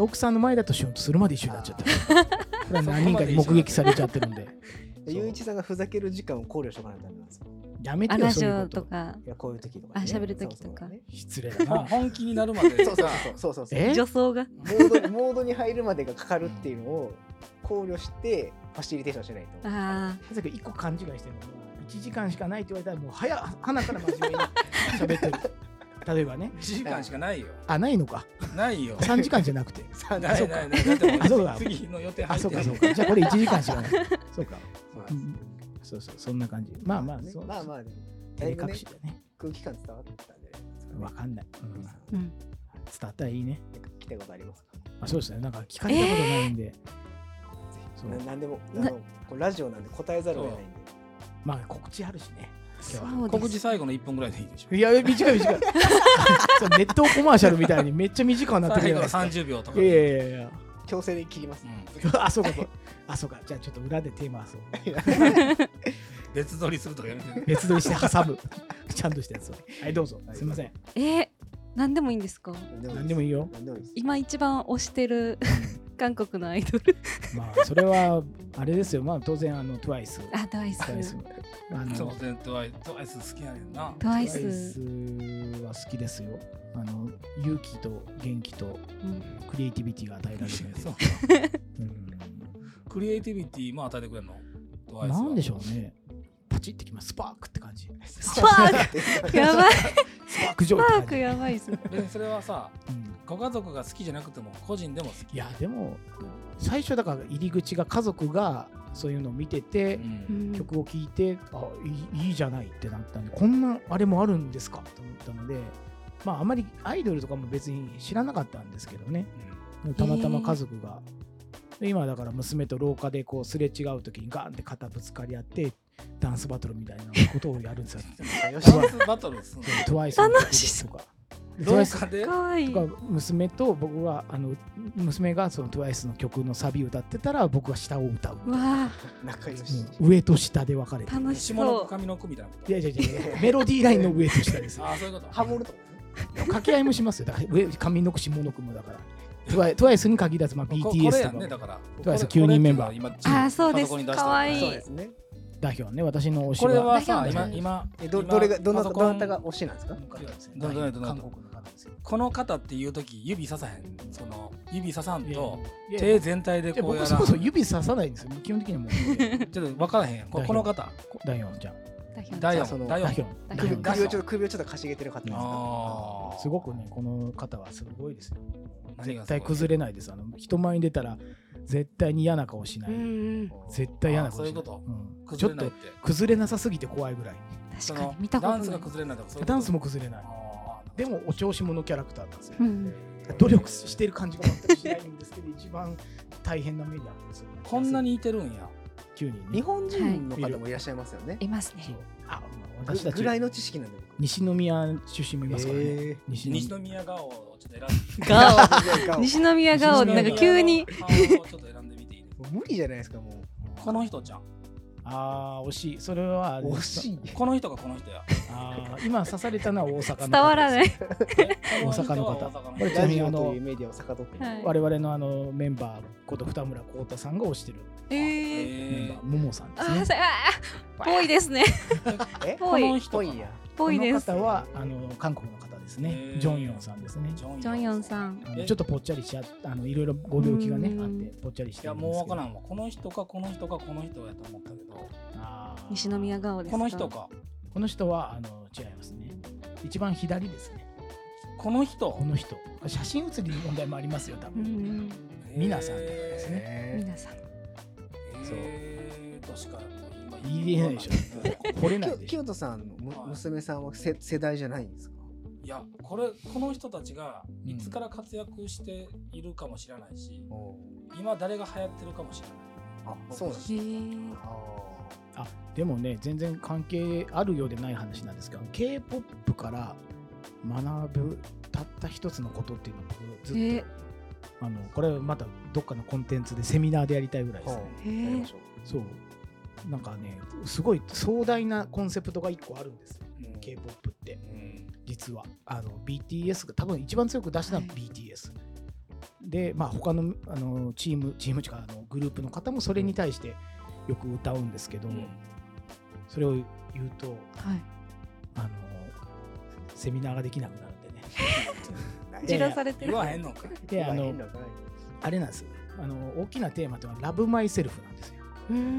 奥さんの前だとしようとするまで一緒になっちゃった。これは何人かに目撃されちゃってるんで。
でゆういちさんがふざける時間を考慮しとかないとダメなんですよ。
やめ
あ
てよ、
ラ
そ
ジ
ういう
オ
ことと。
か
いや、こういう時とか、
あ喋る時とか
そう
失礼だ
まあ
な。
本気になるまで。
そうそうそうそうそうそうそうそう
え
女装が
モード。モードに入るまでがかかるっていうのを考慮して、ファシリテーションしないと。
あ
さっき一個勘違いしてるのは、1時間しかないって言われたら、もう早花から真面目に喋ってる。例えばね、
1時間しかないよ。
あ、ないのか。
ないよ。
3時間じゃなくて。
さあ、
な
そ
いう
か
ないない。だって
あそう
も
か
う次の予定
あ、
入
そ
っ
う
て
か、
る
そうか。じゃあこれ1時間しかない。 そうか。
そうです
うんそうそう、そんな感じ。まあまあ、そう
まあまあ、でもだ
照
い
れ
ぶ
隠
ね
し、でね。
空気感伝わったんじゃないですかね。
わかんない。うん
ゆうい
伝
ちさ
ー
ん
うん
わったらいいね。
なんか聞きたいことありますか
あ、そうですね。なんか聞かれたことないんで。そう
ななんでも、あ
な
のこうラジオなんで答えざるを得ないんで。
まあ告知あるしね。
そ
今日は
う
告
で
知
す
最後の1分ぐらいでいいでしょ。
いや、短い短い。 そうネットコマーシャルみたいにめっちゃ短 くなってる
最
じゃ
後
な
の30秒
いですか。
とか。
いやいやいやいや。
強制で切ります
う。ん
あ、そうかそうか。あ、そうか。じゃあちょっと裏でテーマ はそう。
別撮りするとかやめて。
別撮りして挟む。ちゃんとしたやつを。はい、どうぞ。すいません。
えー何でもいいんですか
何
何でもいいよ。
何でもいいです。
今一番推してる 韓国のアイドル
まあそれはあれですよまあ当然あの TWICE
あトワイス
TWICE あ
当
の
然トワイトワイス好きやねんな
トワイス
TWICE は好きですよあの勇気と元気と
うん
クリエイティビティが与えられるんで
そう
うん
クリエイティビティも与えてくれんのトワイスは
なんでしょうねパチってきますスパークって感じ
スパークやばい
スパーク
ス
上
パー
って
ク
感
やばいっす
別にそれはさ
じ、うん
ご家族が好きじゃなくても個人でも好き
いやでも最初だから入り口が家族がそういうのを見てて
う、
うんん
曲を聴いてあいいいいじゃないってなったんでこんなあれもあるんですかと思ったのでまああまりアイドルとかも別に知らなかったんですけどねたまたま家族が、で今だから娘と廊下でこうすれ違う時にガンって肩ぶつかり合ってダンスバトルみたいなことをやるんです よ
よし
ダンスバトルすんの
TWICE の
楽しそ
曲とか。
廊
TWICE
下で
かわいい
とか娘と僕はあの娘がその TWICE の曲のサビ歌ってたら僕は下を歌う、
わあ
仲良し
もう上と下で分かれて
楽
下
し
の
そ
子上の子みたいなこと
いやいやいやいやメロディーラインの上と下で すよ
ああそういうこと
ハモるとか
掛け合いもしますよだから上上の句下の句もだから TWICE TWICE に限らず、まあ、
ここれ
BTS
や
と
んねだ
か
から
トワイス
これ
9人メンバー
これ今
あーそうです
パソコンに出した
かわいい
そうですね
代表ね私の推し
これはさ
代表
今
なんだ
今
えど
今
どれがどな
パ
た
ソコ
ど
ン
なたが推しなんですか
韓国ですね
どなたどなた
韓国の方ですよ
この方っていう時指ささへんその指ささん
いやい
と
やいや
手全体で
いや
こうや
僕
ら
そもそも指ささないんですよ基本的にもう
ちょっと分からへんやんこ
代表
この方
ダヒョンちゃん
う
ダイ
じゃ
オ
あそ
ン
の
ダイオ
ダ
ン
ヒョ
ダ
ン
ヒョ
ダヒ
ン
ョン
ダヒョン
首をちょっと首をちょっとかしげてる方ですか
あー
すごくねこの方はすごいですよ
何が
絶
すごい
対崩れないですあの人前に出たら絶対に嫌な顔しない、
んうん
絶対嫌な顔しない
あそういうこ
うんちょ
崩れ
っ
ないっ
と
て
崩れなさすぎて怖いぐらい
確
そ
か
の
に見たこ
ダ
と
ンスが
ない
崩れないとかそういうこと
ダンスも崩れない
あー
でもお調子者キャラクターなんですよ
うん
努力してる感じが全くしないんですけど一番大変な目に遭ってそう
こんなにいてるんや
9人
日
ね
本人の方もいらっしゃいますよね
いますね
そうあ
ぐ
私た
ぐらい
ち
の知識なんで
西宮出身もいますからね、
え
西宮
西宮顔をちょっと選んで
ガオ
僕
西宮ガオ
西
な
宮
んか急に
顔をちょっと選んでみていいですか
無理じゃないですかも
この人じゃん
ああ惜しいそれは
う惜しい
この人がこの人や
あー今刺されたのは大阪の方
伝わらないい
え
大阪の
こ
方
人は大阪の
これ
ラジオというメディアを遡って
はい
我々のあのメンバーこと二村光太さんが推してる
えー
メン
え
バーももさんで
あ
すね
ーさあーぽいですね
え
ー、こ
ぽ
の
い
人
ぽ
か
いや
ぽいです
この方はあの韓国の方ですね
へー
ジョンヨンさんですね
な
ジョンヨンさん
あの
え
ちょっとぽっちゃりしちゃあのいろいろご病気がね
うん
あってぽっちゃりし
い
て
や
る
もう分から
ん
んわこの人かこの人かこの人やと思ったけど
西宮顔ですか
この人か
この人はあの違いますね一番左ですね
この人
この人写真写りの問題もありますよ多
うんう
分
ん
ミナさんですね
え
皆さん
そう
えー、確か今
言えないでしょ惚れない
ー
でしょ
清人さんのむ娘さんはせ世代じゃないんですか
いやこれこの人たちがいつから活躍しているかもしれないし、今誰が流行ってるかもしれない
あそうなんです
へ
ね
ー
あ
あでもね全然関係あるようでない話なんですけど k p o p から学ぶたった一つのことっていうのを僕ずっと、
え
あのこれはまたどっかのコンテンツでセミナーでやりたいぐらい
ー
ですね、
はあ
へー
やりましょう
そうなんかねすごい壮大なコンセプトが一個あるんですよ
うん
k p o p って
うん
実はあの BTS が多分一番強く出したのは
はい
BTS、でまあ他のあのチームチームというかあのグループの方もそれに対してよく歌うんですけど、それを言うと
はい
あのセミナーができなくなるんでね
い
散
やい
ら
や
されて
言
る
わへんのか
であの
変なのかない
あれなんですよあの大きなテーマというのは「ラブマイセルフなんですよ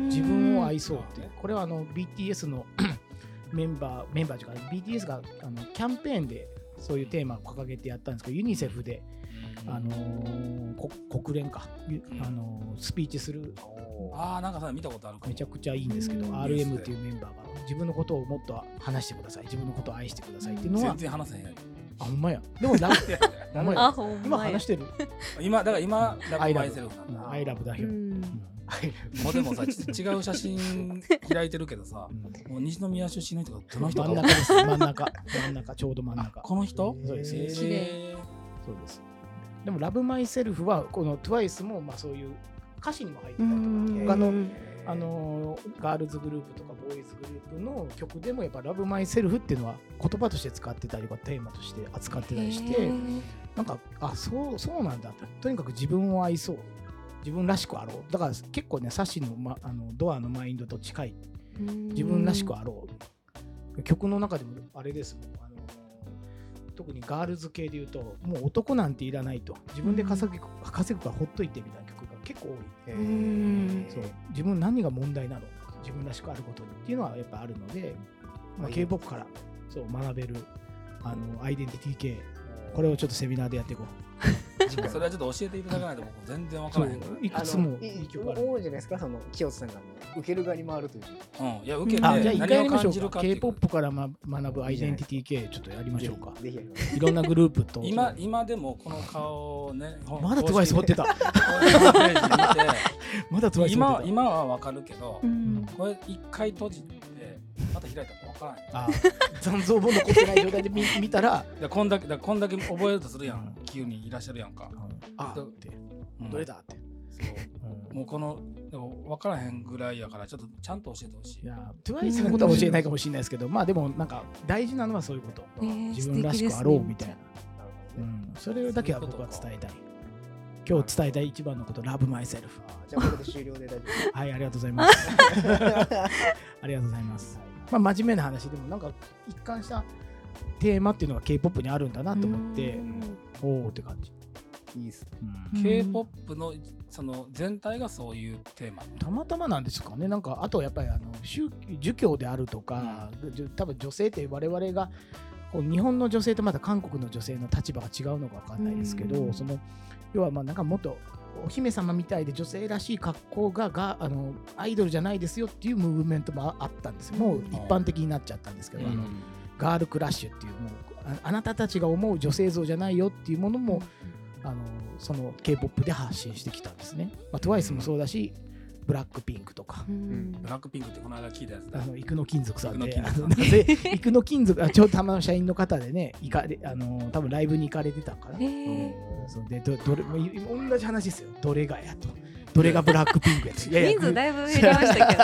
自
自分を愛そうっていうこれはあの BTS の メンバーメンバーというか BTS があのキャンペーンでそういうテーマを掲げてやったんですけどユニセフであのーこ国連か、ゆ
うん
あのースピーチする
ああなんかさ見たことあるかも
めちゃくちゃいいんですけど、
うん
RM っていうメンバーが自分のことをもっと話してください自分のことを愛してくださいっていうのは
全然話せへん
あほんまやでもラブほんまや
あほんま
今話してる
今だから今ラブ
I love
マイセルフなん
う
だ
んアイラブ代
う
表、うん
ん
もうでもさち 違う写真開いてるけどさ
うん
もう西宮出身の人がどの人
真ん
か
中です真ん中真ん中ちょうど真ん
あ
中
この人
そうですね
え
綺麗
そうですでも「ラブマイセルフはこの TWICE もまあそういう歌詞にも入って
う
たりとか
ん
他の
えー
あのーガールズグループとかボーイズグループの曲でもやっぱ「ラブマイセルフっていうのは言葉として使ってたりとかテーマとして扱ってたりして
へー
なんかあそうそうなんだととにかく自分を愛そう自分らしくあろうだから結構ねサッシの,、ま、あのドアのマインドと近い自分らしくあろう曲の中でもあれですもんあの特にガールズ系で言うともう男なんていらないと自分で稼ぐ,、稼ぐからほっといてみたいな曲が結構多
へ
い、
う
ー
ん
そう自分何が問題なの自分らしくあることにっていうのはやっぱあるので、まあ、
あいい
k p o p からそう学べるあのアイデンティティ系これをちょっとセミナーでやっていこう
次回
それはちょっと教えていただかないと僕全然わか
そ
ら
う
へんか
い
あ
くつも
のい
いい
い
曲ある
多いじゃないですかその清津さんがもう受ける側に回るという
ら。うん。いや受けて
あじゃあ一回や
何を
りましょ
感
う
じる
か
かっていう
K-POP から、ま、学ぶアイデンティティ系ちょっとやりましょ うか
ぜひぜひやりましょ
いろんなグループと
今今でもこの顔をね。
まだ TWICE 掘ってたまだ TWICE 掘ってた
今今はわかるけど
う、ん
これ一回閉じてまた開いたらわからない。
あ残像も残ってない状態で見 見たら
いやこんだけだからこんだけ覚えるとするやん
う。
急にいらっしゃるやんか。
あ
ど
って
うん
どれだって、うん
もうこのでも分からへんぐらいやからちょっとちゃんと教えてほしい
い。や TWICE のことは教えないかもしれないですけどまあでもなんか大事なのはそういうこと
ねえ
自分らしくあろうみたいな、
うなるほ
う
どね
ん、それだけは僕は伝えたい今日伝えたい一番のこと Love myself
あーじゃあこれで終了で大丈夫です
はいありがとうございます ありがとうございます、まあ、真面目な話でもなんか一貫したテーマっていうのが K-POP にあるんだなと思っておおって感じ、
いいっすね
うん
うん
K-POP のその全体がそういうテーマ。
たまたまなんですかね、なんかあとやっぱりあの宗儒教であるとか、じゅ多分女性って我々がこう日本の女性とまた韓国の女性の立場が違うのか分かんないですけど、
うん
その要はまあなんかもっとお姫様みたいで女性らしい格好ががあのアイドルじゃないですよっていうムーブメントもああったんですよ、もう一般的になっちゃったんですけど、あのガールクラッシュっていうもうああなたたちが思う女性像じゃないよっていうものも、あのその K-POP で発信してきたんですね、まあ、TWICE もそうだし、ブラックピンクとか、
うん
ブラックピンクってこの間聞いたやつだ
あ。の生野金属さんで、
生野
あ
金
のなぜ生野金属、あちょうどたまの社員の方でね、行かれあの多分ライブに行かれてたんかな。
え
うん
ー
そうでどどれもう同じ話ですよ、どれがやと、どれがブラックピンクやと。いやいや
人数だいぶ減りましたけど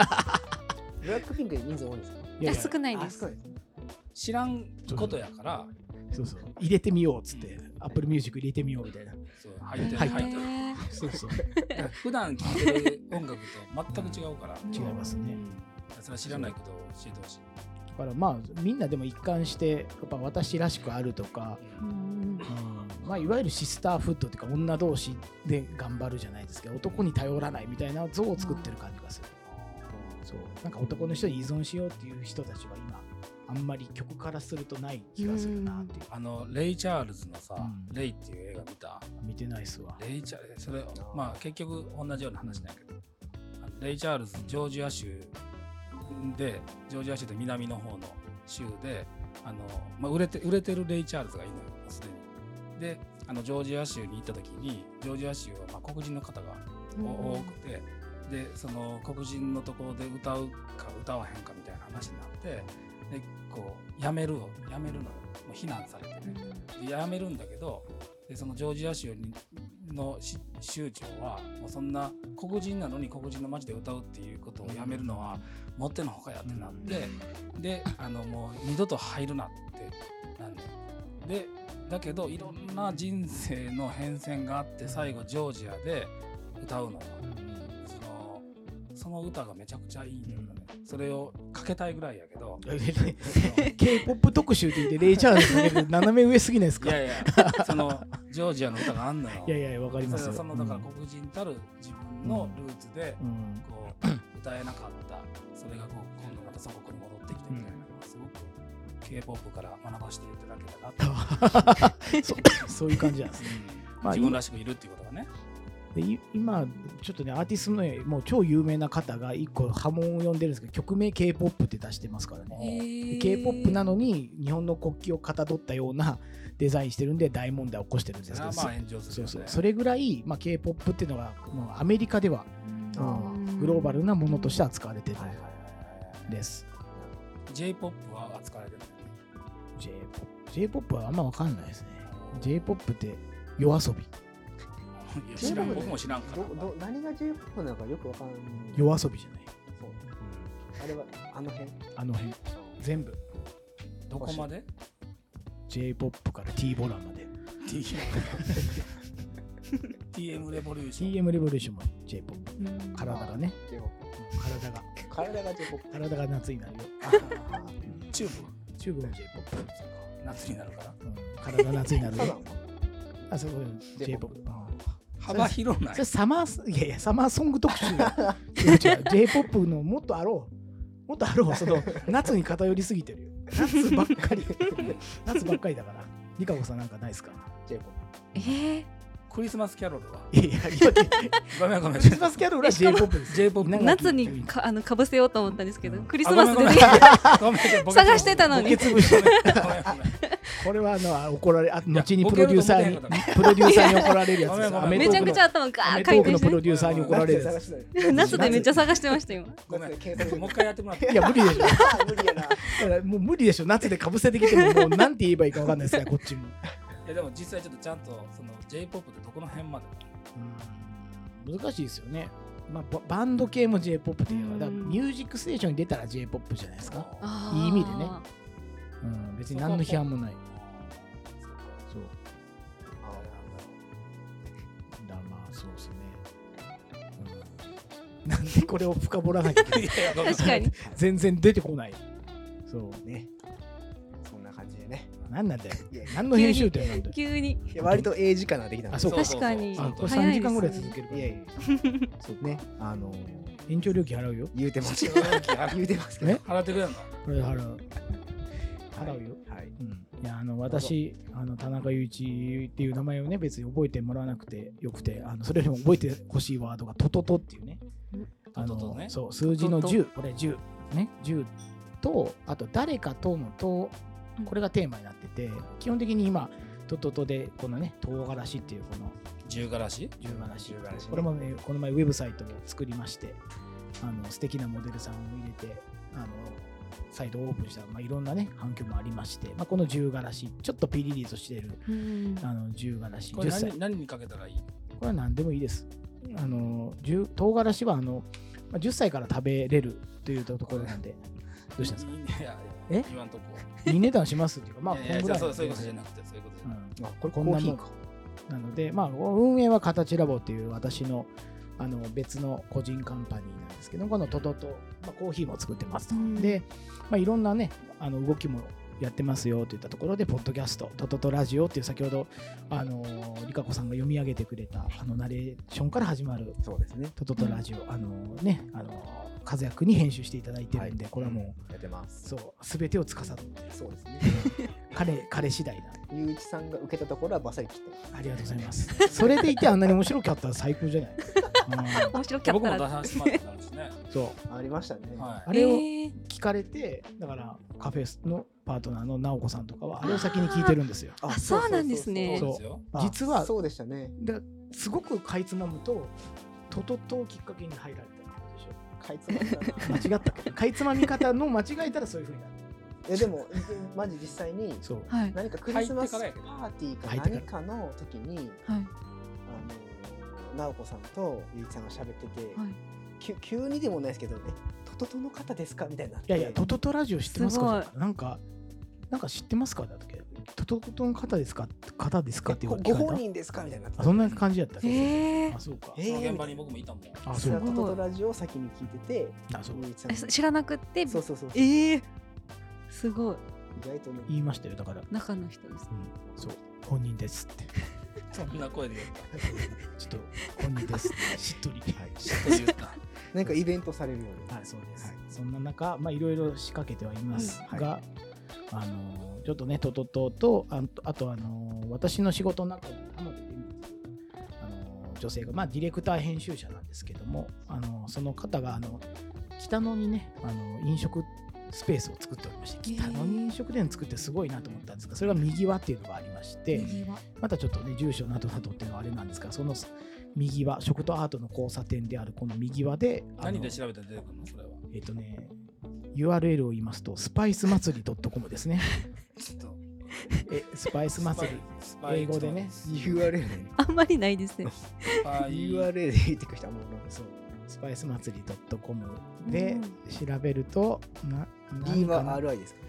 ブラックピンクで人数多いんですか
いやいや
あ少ないで
あ
す
そうですね
知らんことやから、
そうそう入れてみようっつって、Apple Music 入れてみようみたいな。
そう入ってる
入
入
って
って
る
る。
えー
そうそう
だから普段聴いてる音楽と全く違うから、
違いますね。
それは知らないことを教えてほしい。
だからまあみんなでも一貫してやっぱ私らしくあるとか、
うん
まあ、いわゆるシスターフットというか女同士で頑張るじゃないですけど男に頼らないみたいな像を作ってる感じがする、そうなんか男の人に依存しようっていう人たちは今あんまり曲からするとない気がするなっていう、
あのレイ・チャールズのさ、
うん
レイっていう映画見た
見てないっすわ
レイチャそれまあ結局同じような話なんやけどあのレイ・チャールズジョージア州でジョージア州って南の方の州であの、まあ、売れて売れてるレイ・チャールズがいるのよすでに。であのジョージア州に行った時にジョージア州はまあ黒人の方がお多くてでその黒人のところで歌うか歌わへんかみたいな話になってでこうやめるをやめるのよもう非難されてね。でやめるんだけどでそのジョージア州にのし州長はもうそんな黒人なのに黒人の街で歌うっていうことをやめるのはもってのほかやってなって、であのもう二度と入るなってなんででだけどいろんな人生の変遷があって最後ジョージアで歌うのがそのその歌がめちゃくちゃいいんだよね、それをかけたいぐらいやけど
k p o p 特集って言ってレイ・チャールズだけど斜め上すぎないです
い
かい
やいやそのジョージアの歌があんのよ。
やいやわかります
そ
よ
れはそのだから黒人たる自分のルーツで
うんうん
こう歌えなかったそれがこう今度また祖国に戻ってきてみたいなのがすごく k p o p から学ばしていただけたらと、
そ そういう感じなんですねまあ
自分らしくいるっていうことがね、
でい今ちょっとねアーティストのねもう超有名な方が一個波紋を呼んでるんですけど曲名 k p o p って出してますからね
えー
k p o p なのに日本の国旗をかたどったような デザインしてるんで大問題を起こしてるんで
そ
すけ
れ
ど
は
そ
まあ炎上す
そ
る
う
よ
そう
ね
それぐらい、まあ、k p o p っていうのがもうアメリカでは
うん
グローバルなものとして扱われてる
はいはい
ん
はい
です、
j p o p は扱われてる
j p o p j p o p はあんま分かんないですね j p o p って夜遊び
いや知らん
J-POP
僕も知らんから
どど何が j p o p なのかよくわかんない
夜遊びじゃない
そうあれはあの辺
あの辺全部
どこまで
j p o p から T ボランまで
TM レボリューション
TM レボリューションも J-POP
うん
体がね
J-POP
体が
体が J-POP
体が夏になるよ
あー
チューブ
チューブも J-POP、
夏になるから
うん、体が夏になる
そうな
よ
の
あそこ J-POP
J-POP
うん
幅広ない
それサマースいやいやサマーソング特集だ違う違う J-POP のもっとあろうもっとあろうその夏に偏りすぎてるよ夏ばっかり夏ばっかりだからリカゴさんなんかないですか
J-POP
えー
クリスマスキャロルはい
やいや
ごめんごめん
クリスマスキャロルは J-Pop です
J-POP
なん
夏にかあのかぶせようと思ったんですけど、
うん
クリスマスで、ね、探してたのに
ボケ潰しごめんごめん
これはあのあ怒られあ
いや
後にプロデューサーに
ボケると思って
プロデューサーに怒られるやつで
ごめ
す
んごめん
アメ
め
トー
ち
ク
ゃ
の
くちゃ頭が
ア
ー
メ
ッ
トー
回
ク
転
の
し
プ
て
ロデューサーに怒られるや
夏
夏で探 してたよ
つ
でめっちゃ探してました今
ごめん
夏で検索
もう一回やってもらって
いや無理でしょだ
あー無理やな
からもう無理でしょ夏でかぶせてきてももうなんて言えばいいかわかんないですからこっちも
いやでも実際ちょっとちゃんとその J-POP ってどこの辺まで
うん難しいですよね、まあ、ババンド系も j p o p っていうのはだから
うん
ミュージックステーションに出たら j p o p じゃないですか、
あ
い
ー
い意味でねうん、別に何の批判もないそうだからまあそうですね、うん、なんでこれを深掘らなきゃいけない
確
確かに
全然出てこないそう
ねそんな感じでね
何なんだよ
いや
何の編集点なんだよ
急に
いや割と英字かなできたの
あそうか
確かに
あこれ
早いですね
3時間ぐらい続けるか
い
ら
やいやそうねあのー
延長料金払うよ
言うてますけ ど 言うてますけど
ね
払ってくれんの
これ払う払うよ
はい
いやあの私あの田中雄一っていう名前をね別に覚えてもらわなくてよくてあのそれよりも覚えてほしいワードが「トトト」っていうねあの
トトトね
そう数字の
トト
10これ10ね10とあと「誰かと」の「と」これがテーマになってて基本的に今「トトト」でこのね唐辛子っていうこの
十がらし
十辛子
十辛子ね
これもねこの前ウェブサイトも作りましてあの素敵なモデルさんを入れてあのサイトをオープンした、まあ、いろんなね反響もありまして、まあ、この十辛子ちょっとピリリとしてる
うん
あの十辛子
こ
10
れ
歳
何何にかけたらいい
これは何でもいいですあの十唐辛子はあのまあ10歳から食べれるというところなんでどうした んです
い
か
やいや
え
言わんとこ
いい値段しますっていうかまあ
い
こ
や
ん
いやじ
ぐ
ゃ
ら
あ
い
そうそういうことじゃなくてそういうことじゃ
う
なく
ん
あこれコ
こんな
ー
もん
ヒーか
なので、まあ、運営は形ラボっていう私のあの別の個人カンパニーなんですけど、このトトト、まあ、コーヒーも作ってますと。
うん
で、まあ、いろんなね、あの動きもやってますよといったところで、ポッドキャスト、トトトラジオっていう先ほど、あのー、リカ子さんが読み上げてくれたあのナレーションから始まる
そうですね
トトトラジオ、あのーね、あのー、和也君に編集していただいてるんで、これはも
やってま
う、
す
そう、すべてを司る
そうですね
彼、彼次第な。
ゆういちさんが受けたところはバサリ切ってます
ありがとうございます。それでいてあんなに面白かったら最高じゃ ない、うん
面白
て
かっ
僕も
た
出
ら
させてもらったんですね
そう
ありましたね
は
あれを
えー
聞かれてだからカフェのパートナーの直子さんとかはあれを先に聞いてるんですよ
あそうなんですね
いそ
そ
ううですよ
あ
実は
そうでしたね
だすごくかいつまむとトトトをきっかけに入られたってことでしょ
かいつまんだな
間違ったけどかいつまみ方の間違えたらそういうふうになる
いやでもマジ実際に
そう
はい
何かクリスマスパ
入ってか
ーティーか
入ってか
何かの時に
はい
あの直子さんとゆういちさんが喋ってて
はい
き急にでもないですけどえトトトの方ですかみたいになって
いやいやトトトラジオ知ってますか
す
とかなんかなんか知ってますかだったっけトトトの方ですか方ですかって
えご
言われて
ご本
聞かれた
人ですかみたいになって
あそんな感じだったっけ
えー
あそうか
え
その
ー
現場に僕もいたもん
あそ
実
う
は
か
トトトラジオを先に聞いてて
あそう
ゆういちさん
え
に
そ知らなくって
そうそうそう意
ええすごい
外とね
言いましたよだから、うん、
中の人です
そう本人ですって
そんな声で言った
ちょっと本人ですってしっとり
しっとり言った
なんかイベントされるよう
はい、そうです。
はい
そんな中、まあ、いろいろ仕掛けてはいます
うん
が、あのーちょっとね、トトトと、あと、あとあのー私の仕事の中で、浜辺美波あのー女性が、まあ、ディレクター編集者なんですけども、あのーその方が、あの、北野にね、あのー飲食スペースを作っておりまして、
へー
北野に飲食店作ってすごいなと思ったんですが、それが右輪っていうのがありまして、
右は
またちょっとね、住所などなどっていうのはあれなんですが、その右輪、食とアートの交差点であるこの右輪で、あの
何で調べて出てくるのそれは
えっ、とね、URL を言いますと、スパイス祭り .com ですね。
ちょっと
えスパイス祭り。
スパイ
英語でね
ス
な URL
あんまりないですね
パイ
URL で言ってく人あんまり
そうスパイス祭り .com で
うん
調べると、な
B
何か
は
な
RI ですか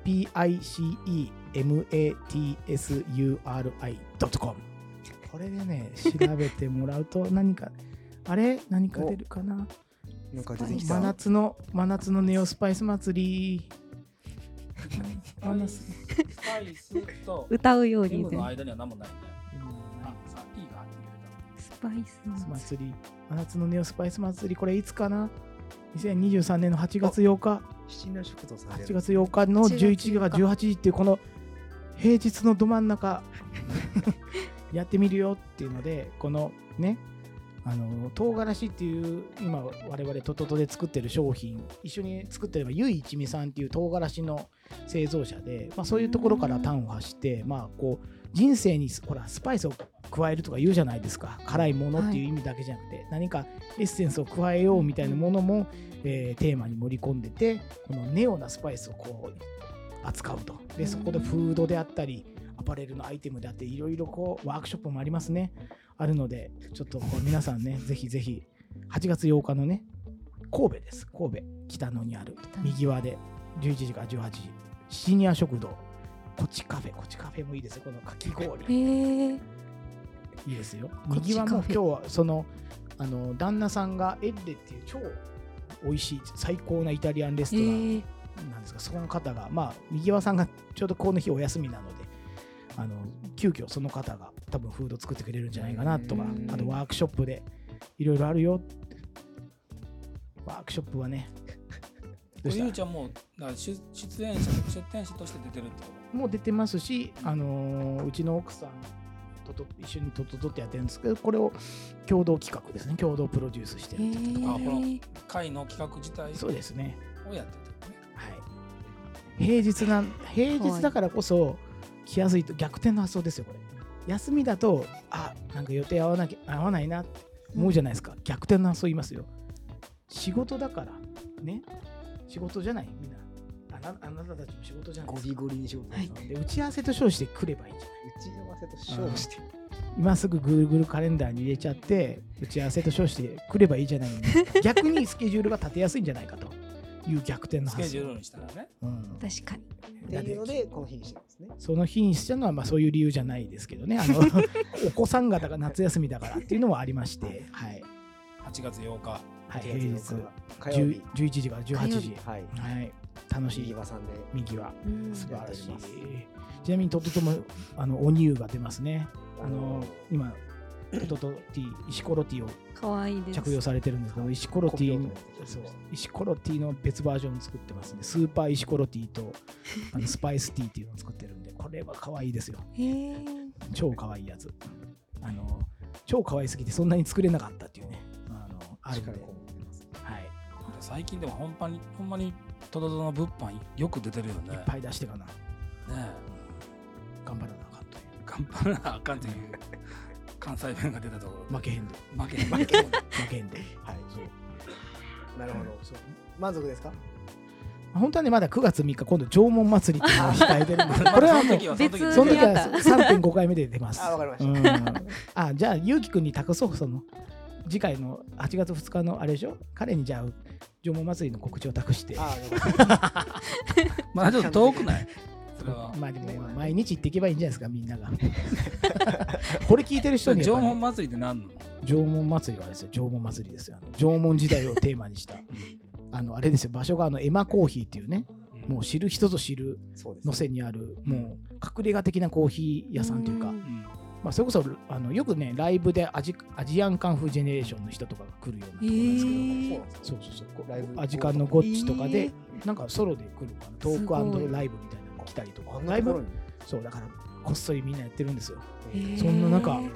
SPICEMATSURI.com。これでね調べてもらうと何かあれ何か出るかな
なんか出てき
真
た。
夏の真夏のネオスパイス祭り真 夏
スパイスと
歌うように
M
で
の間には何もないね。
うん
あ、さ、P が入ってく
スパイスの
祭り真夏のネオスパイス祭りこれいつかな2023年の8月8日
七男食堂さんで
8月8日の11時から18時っていうこの平日のど真ん 中やってみるよっていうのでこのねあの唐辛子っていう今我々トトトで作ってる商品一緒に作ってればゆい一味さんっていう唐辛子の製造者で、まあ、そういうところから端を発してまあこう人生にほらスパイスを加えるとか言うじゃないですか辛いものっていう意味だけじゃなくて、何かエッセンスを加えようみたいなものも、えーテーマに盛り込んでてこのネオなスパイスをこう扱うとでそこでフードであったりアパレルのアイテムであっていろいろこうワークショップもありますねあるのでちょっとこう皆さんねぜひぜひ8月8日のね神戸です神戸北野にある
北野
右輪で11時から18時シニア食堂こちカフェこちカフェもいいですよこのかき氷
へえ
いいですよ。
こっち
右はもう
カフェ
今日はそのあの旦那さんがエッレっていう超美味しい最高なイタリアンレスト
へ
ラン
え
なんですが、その方が、まあ、右輪さんがちょうどこの日お休みなので、あの急遽その方が多分フード作ってくれるんじゃないかなとか
うん、
あとワークショップでいろいろあるよ。ワークショップはね、
る
どう
と。ゆう
し
ち
た
ゃんも、だから出出演者、出店者として出てるってこ
もう出てますし、あのーうちの奥さんとと一緒にとっととってやってるんですけど、これを共同企画ですね、共同プロデュースしてるっていうところ
あほと。会の企画自体
そうですね。
をやってたよね。
はい、平日なん平日だからこそ来やすいと逆転の発想ですよこれ休みだとあなんか予定合わなきゃ合わないなって思うじゃないですか、逆転の発想言いますよ仕事だからね仕事じゃないみんなあなあなたたちも仕事じゃない
ゴ
です
リ
か
ゴリに仕事。
はい
で打ち合わせと称して来ればいいじゃない
打ち合わせと勝負して。
今すぐ Google カレンダーに入れちゃって打ち合わせと称して来ればいいじ ゃないのに逆にスケジュールが立てやすいんじゃないかという逆転の
スケ
発
ジ
想
ュールにしたらね。
うん
確かに
っていうのでこの日にしてますね。
その日にしたのはまあそういう理由じゃないですけどねあ のお子さん方が夏休みだからっていうのはありまして、はい
8月8日。
はい、平
8
日
月8日火曜
10
日。
11時から18時、
はい。
はい、楽し
右
い
輪さんで。
右は
うん
素晴らしい
やってお
ちなみにとっとともあのお乳が出ますねあの
おー
今とっととティー石ころティーを
可愛いです
着用されてるんですけど石ころティーに
コピー用途
そう
ですね
石ころティーの別バージョン作ってますんでスーパー石ころティーとあのスパイスティーっていうのを作ってるんでこれは可愛いですよ
へえ
超可愛いやつあの超可愛すぎてそんなに作れなかったっていうねあのあるんで
力こもってます。
はい、
最近でもほんまに、ほんまに、トドドの物販よく出てるよね。
いっぱい出してかな
ね
頑張らなあかんとい
え頑張らなあかんという関西弁が出たとこ
う
ろ
負けへんで
負け負け
負けへんではいそう
なるほど。満足ですか？
本当はねまだ9月3日今度縄文祭りっていうのを控えてるんですこれはも
その
う
時は
別
その時
や
は
った
3.5回目で出ます
あ、わかりま
う
し
ん、あじゃあゆうきくんに託そうその次回の8月2日のあれでしょ彼にじゃあ縄文祭りの告知を託して
た。あ、わかりました
まあちょっと遠くないそれは
まあでもまあ毎日行っていけばいいんじゃないですかみんながこれ聞いてる人にやっ
縄
ぱね
文祭りって何なの
縄文祭りはあれですよ縄文祭りですよあの縄文時代をテーマにしたあのあれですよ場所があのエマコーヒーっていうねもう知る人ぞ知る
そうです
の
ね。
せにあるもう隠れ家的なコーヒー屋さんというか、
ん
うん
まあ、それこそあのよくねライブでアジアジアンカン風ジェネレーションの人とかが来るようなところなんですけど、
へえ
そうなんです
そう
よ
そうそう
ライブ
アジカンのゴッチとか
え
で、なんかソロで来るのかなトー
すご
ク
い
ライブみたいなの来たりとか
あん
ラ
な
イ
ところ
ブ
に。
そうだからこっそりみんなやってるんですよ
え
へえ
ー
そんな中
9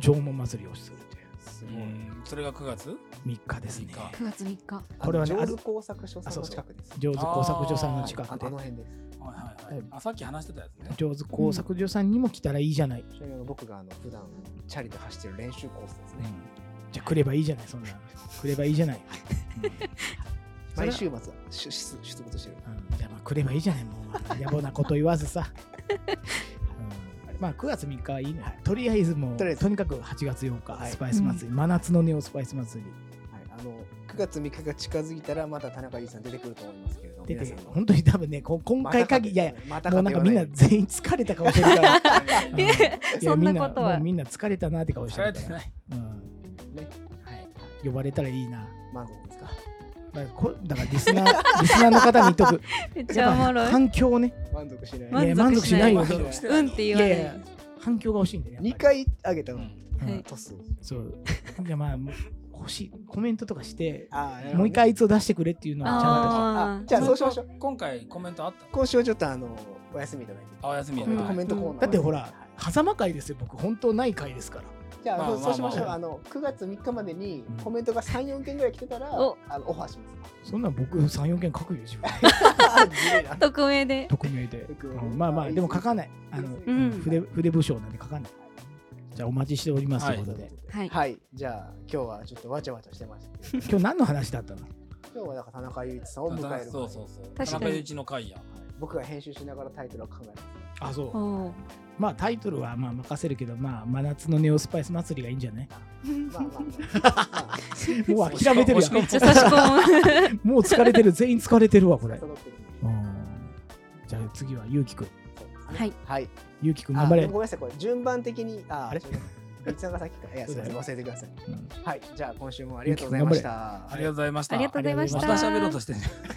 縄文祭りをするという
す
う
ごい。
んそれが9月
3日ですね
三日
月3日
これはね
あの
あ
上
る
手工作所さんの近くです。
上手工作所さんの近
あ
くで
あの辺です。
はいはいはいあさっき話してたやつね
上手工作所さんにも来たらいいじゃない、
ちなみに僕があの普段チャリで走ってる練習コースです
うん
ね。
じゃあ来ればいいじゃないそ んな来ればいいじゃない、それ
毎
は
週末は出出出没してる。
うんじゃあまあ来ればいいじゃないもう野暮なこと言わずさ、うんまあ9月3日はいいね、とりあえずもう
と
と
りあえず
にかく8月8日、
はい
スパイス祭り、真夏のネオスパイス祭り
はい、あの9月3日が近づいたらまた田中理さん出てくると思いますけれども、
てて
皆さんも
本当に多分ねこ今回限りいやいや
また
もう
か
な
と
ん
言
か
わ
み
い
んな全員疲れた顔してる から
いや
いや
そんなこと
みんも
は
うみんな疲れたなって顔して
疲れ
るか
て
ら
ない。
うん
ね
はい呼ばれたらいいな
満足ですか
だからこだからリスナー リスナーの方に言っとく
めっちゃ
や
お
っぱ
もろい。
反響をね
満足しない
満足しない
いや満足しない
満
よ
足して
うんって言われる。
反響が欲しいんだよや
二
っぱり
回あげたの
は
うん
い
トス
そうじゃあまあもう欲しいコメントとかして
ああ
もう一回あいつを出してくれっていうのはちゃんと
あー
じゃあそうしましょう
今回コメントあった
今週はちょっとあのお休みいただいて
あお休み
コ
で
メント
は
コ
い
メントコーナー
だってほら狭間会ですよ僕本当ない会ですから
じゃあ、
まあ
そうそうしましょう。
ま
あ
あ
の9月3日までに
うん
コメントが3、4件ぐらい来てたら、
お
あのオファーしま
そんなん僕34件書くよ自 分
す。ずるいな
匿名で。
匿名で
僕
うんまあまあでも書かないあの
う
うん
ん。
筆筆武将なんで書かないじゃあお待ちしておりますということで
はい。
はい、じゃあ今日はちょっとわちゃわちゃしてましたけど。
今日何の話だったの
今日はなんか田中裕一さんを迎える前に。
そうそうそう。
確かに
田中裕一の会や。
はい僕が編集しながらタイトルを考えます。
あそ
おー
まあタイトルはまあ任せるけどまあ真夏のネオスパイス祭りがいいんじゃ ない
まあまあ、まあ、
もう諦めてるや
押し込
ん
む
めっちゃ差し込む。
もう疲れてる全員疲れてるわこれ
揃ってるんで
うんじゃあ次はゆうきくん
そうですね
はい。
はい。
ゆうきくん
あ
頑張
で
れ
もごめんなさい、これ順番的に、あ
あれ
ちょっと裕一さんが先か。いや、すみません、忘れてください。
うん
はい、じゃあ今週もありがとうございました。
ありがとうございました。
ありがとうございました
また喋ろうとしてんじゃん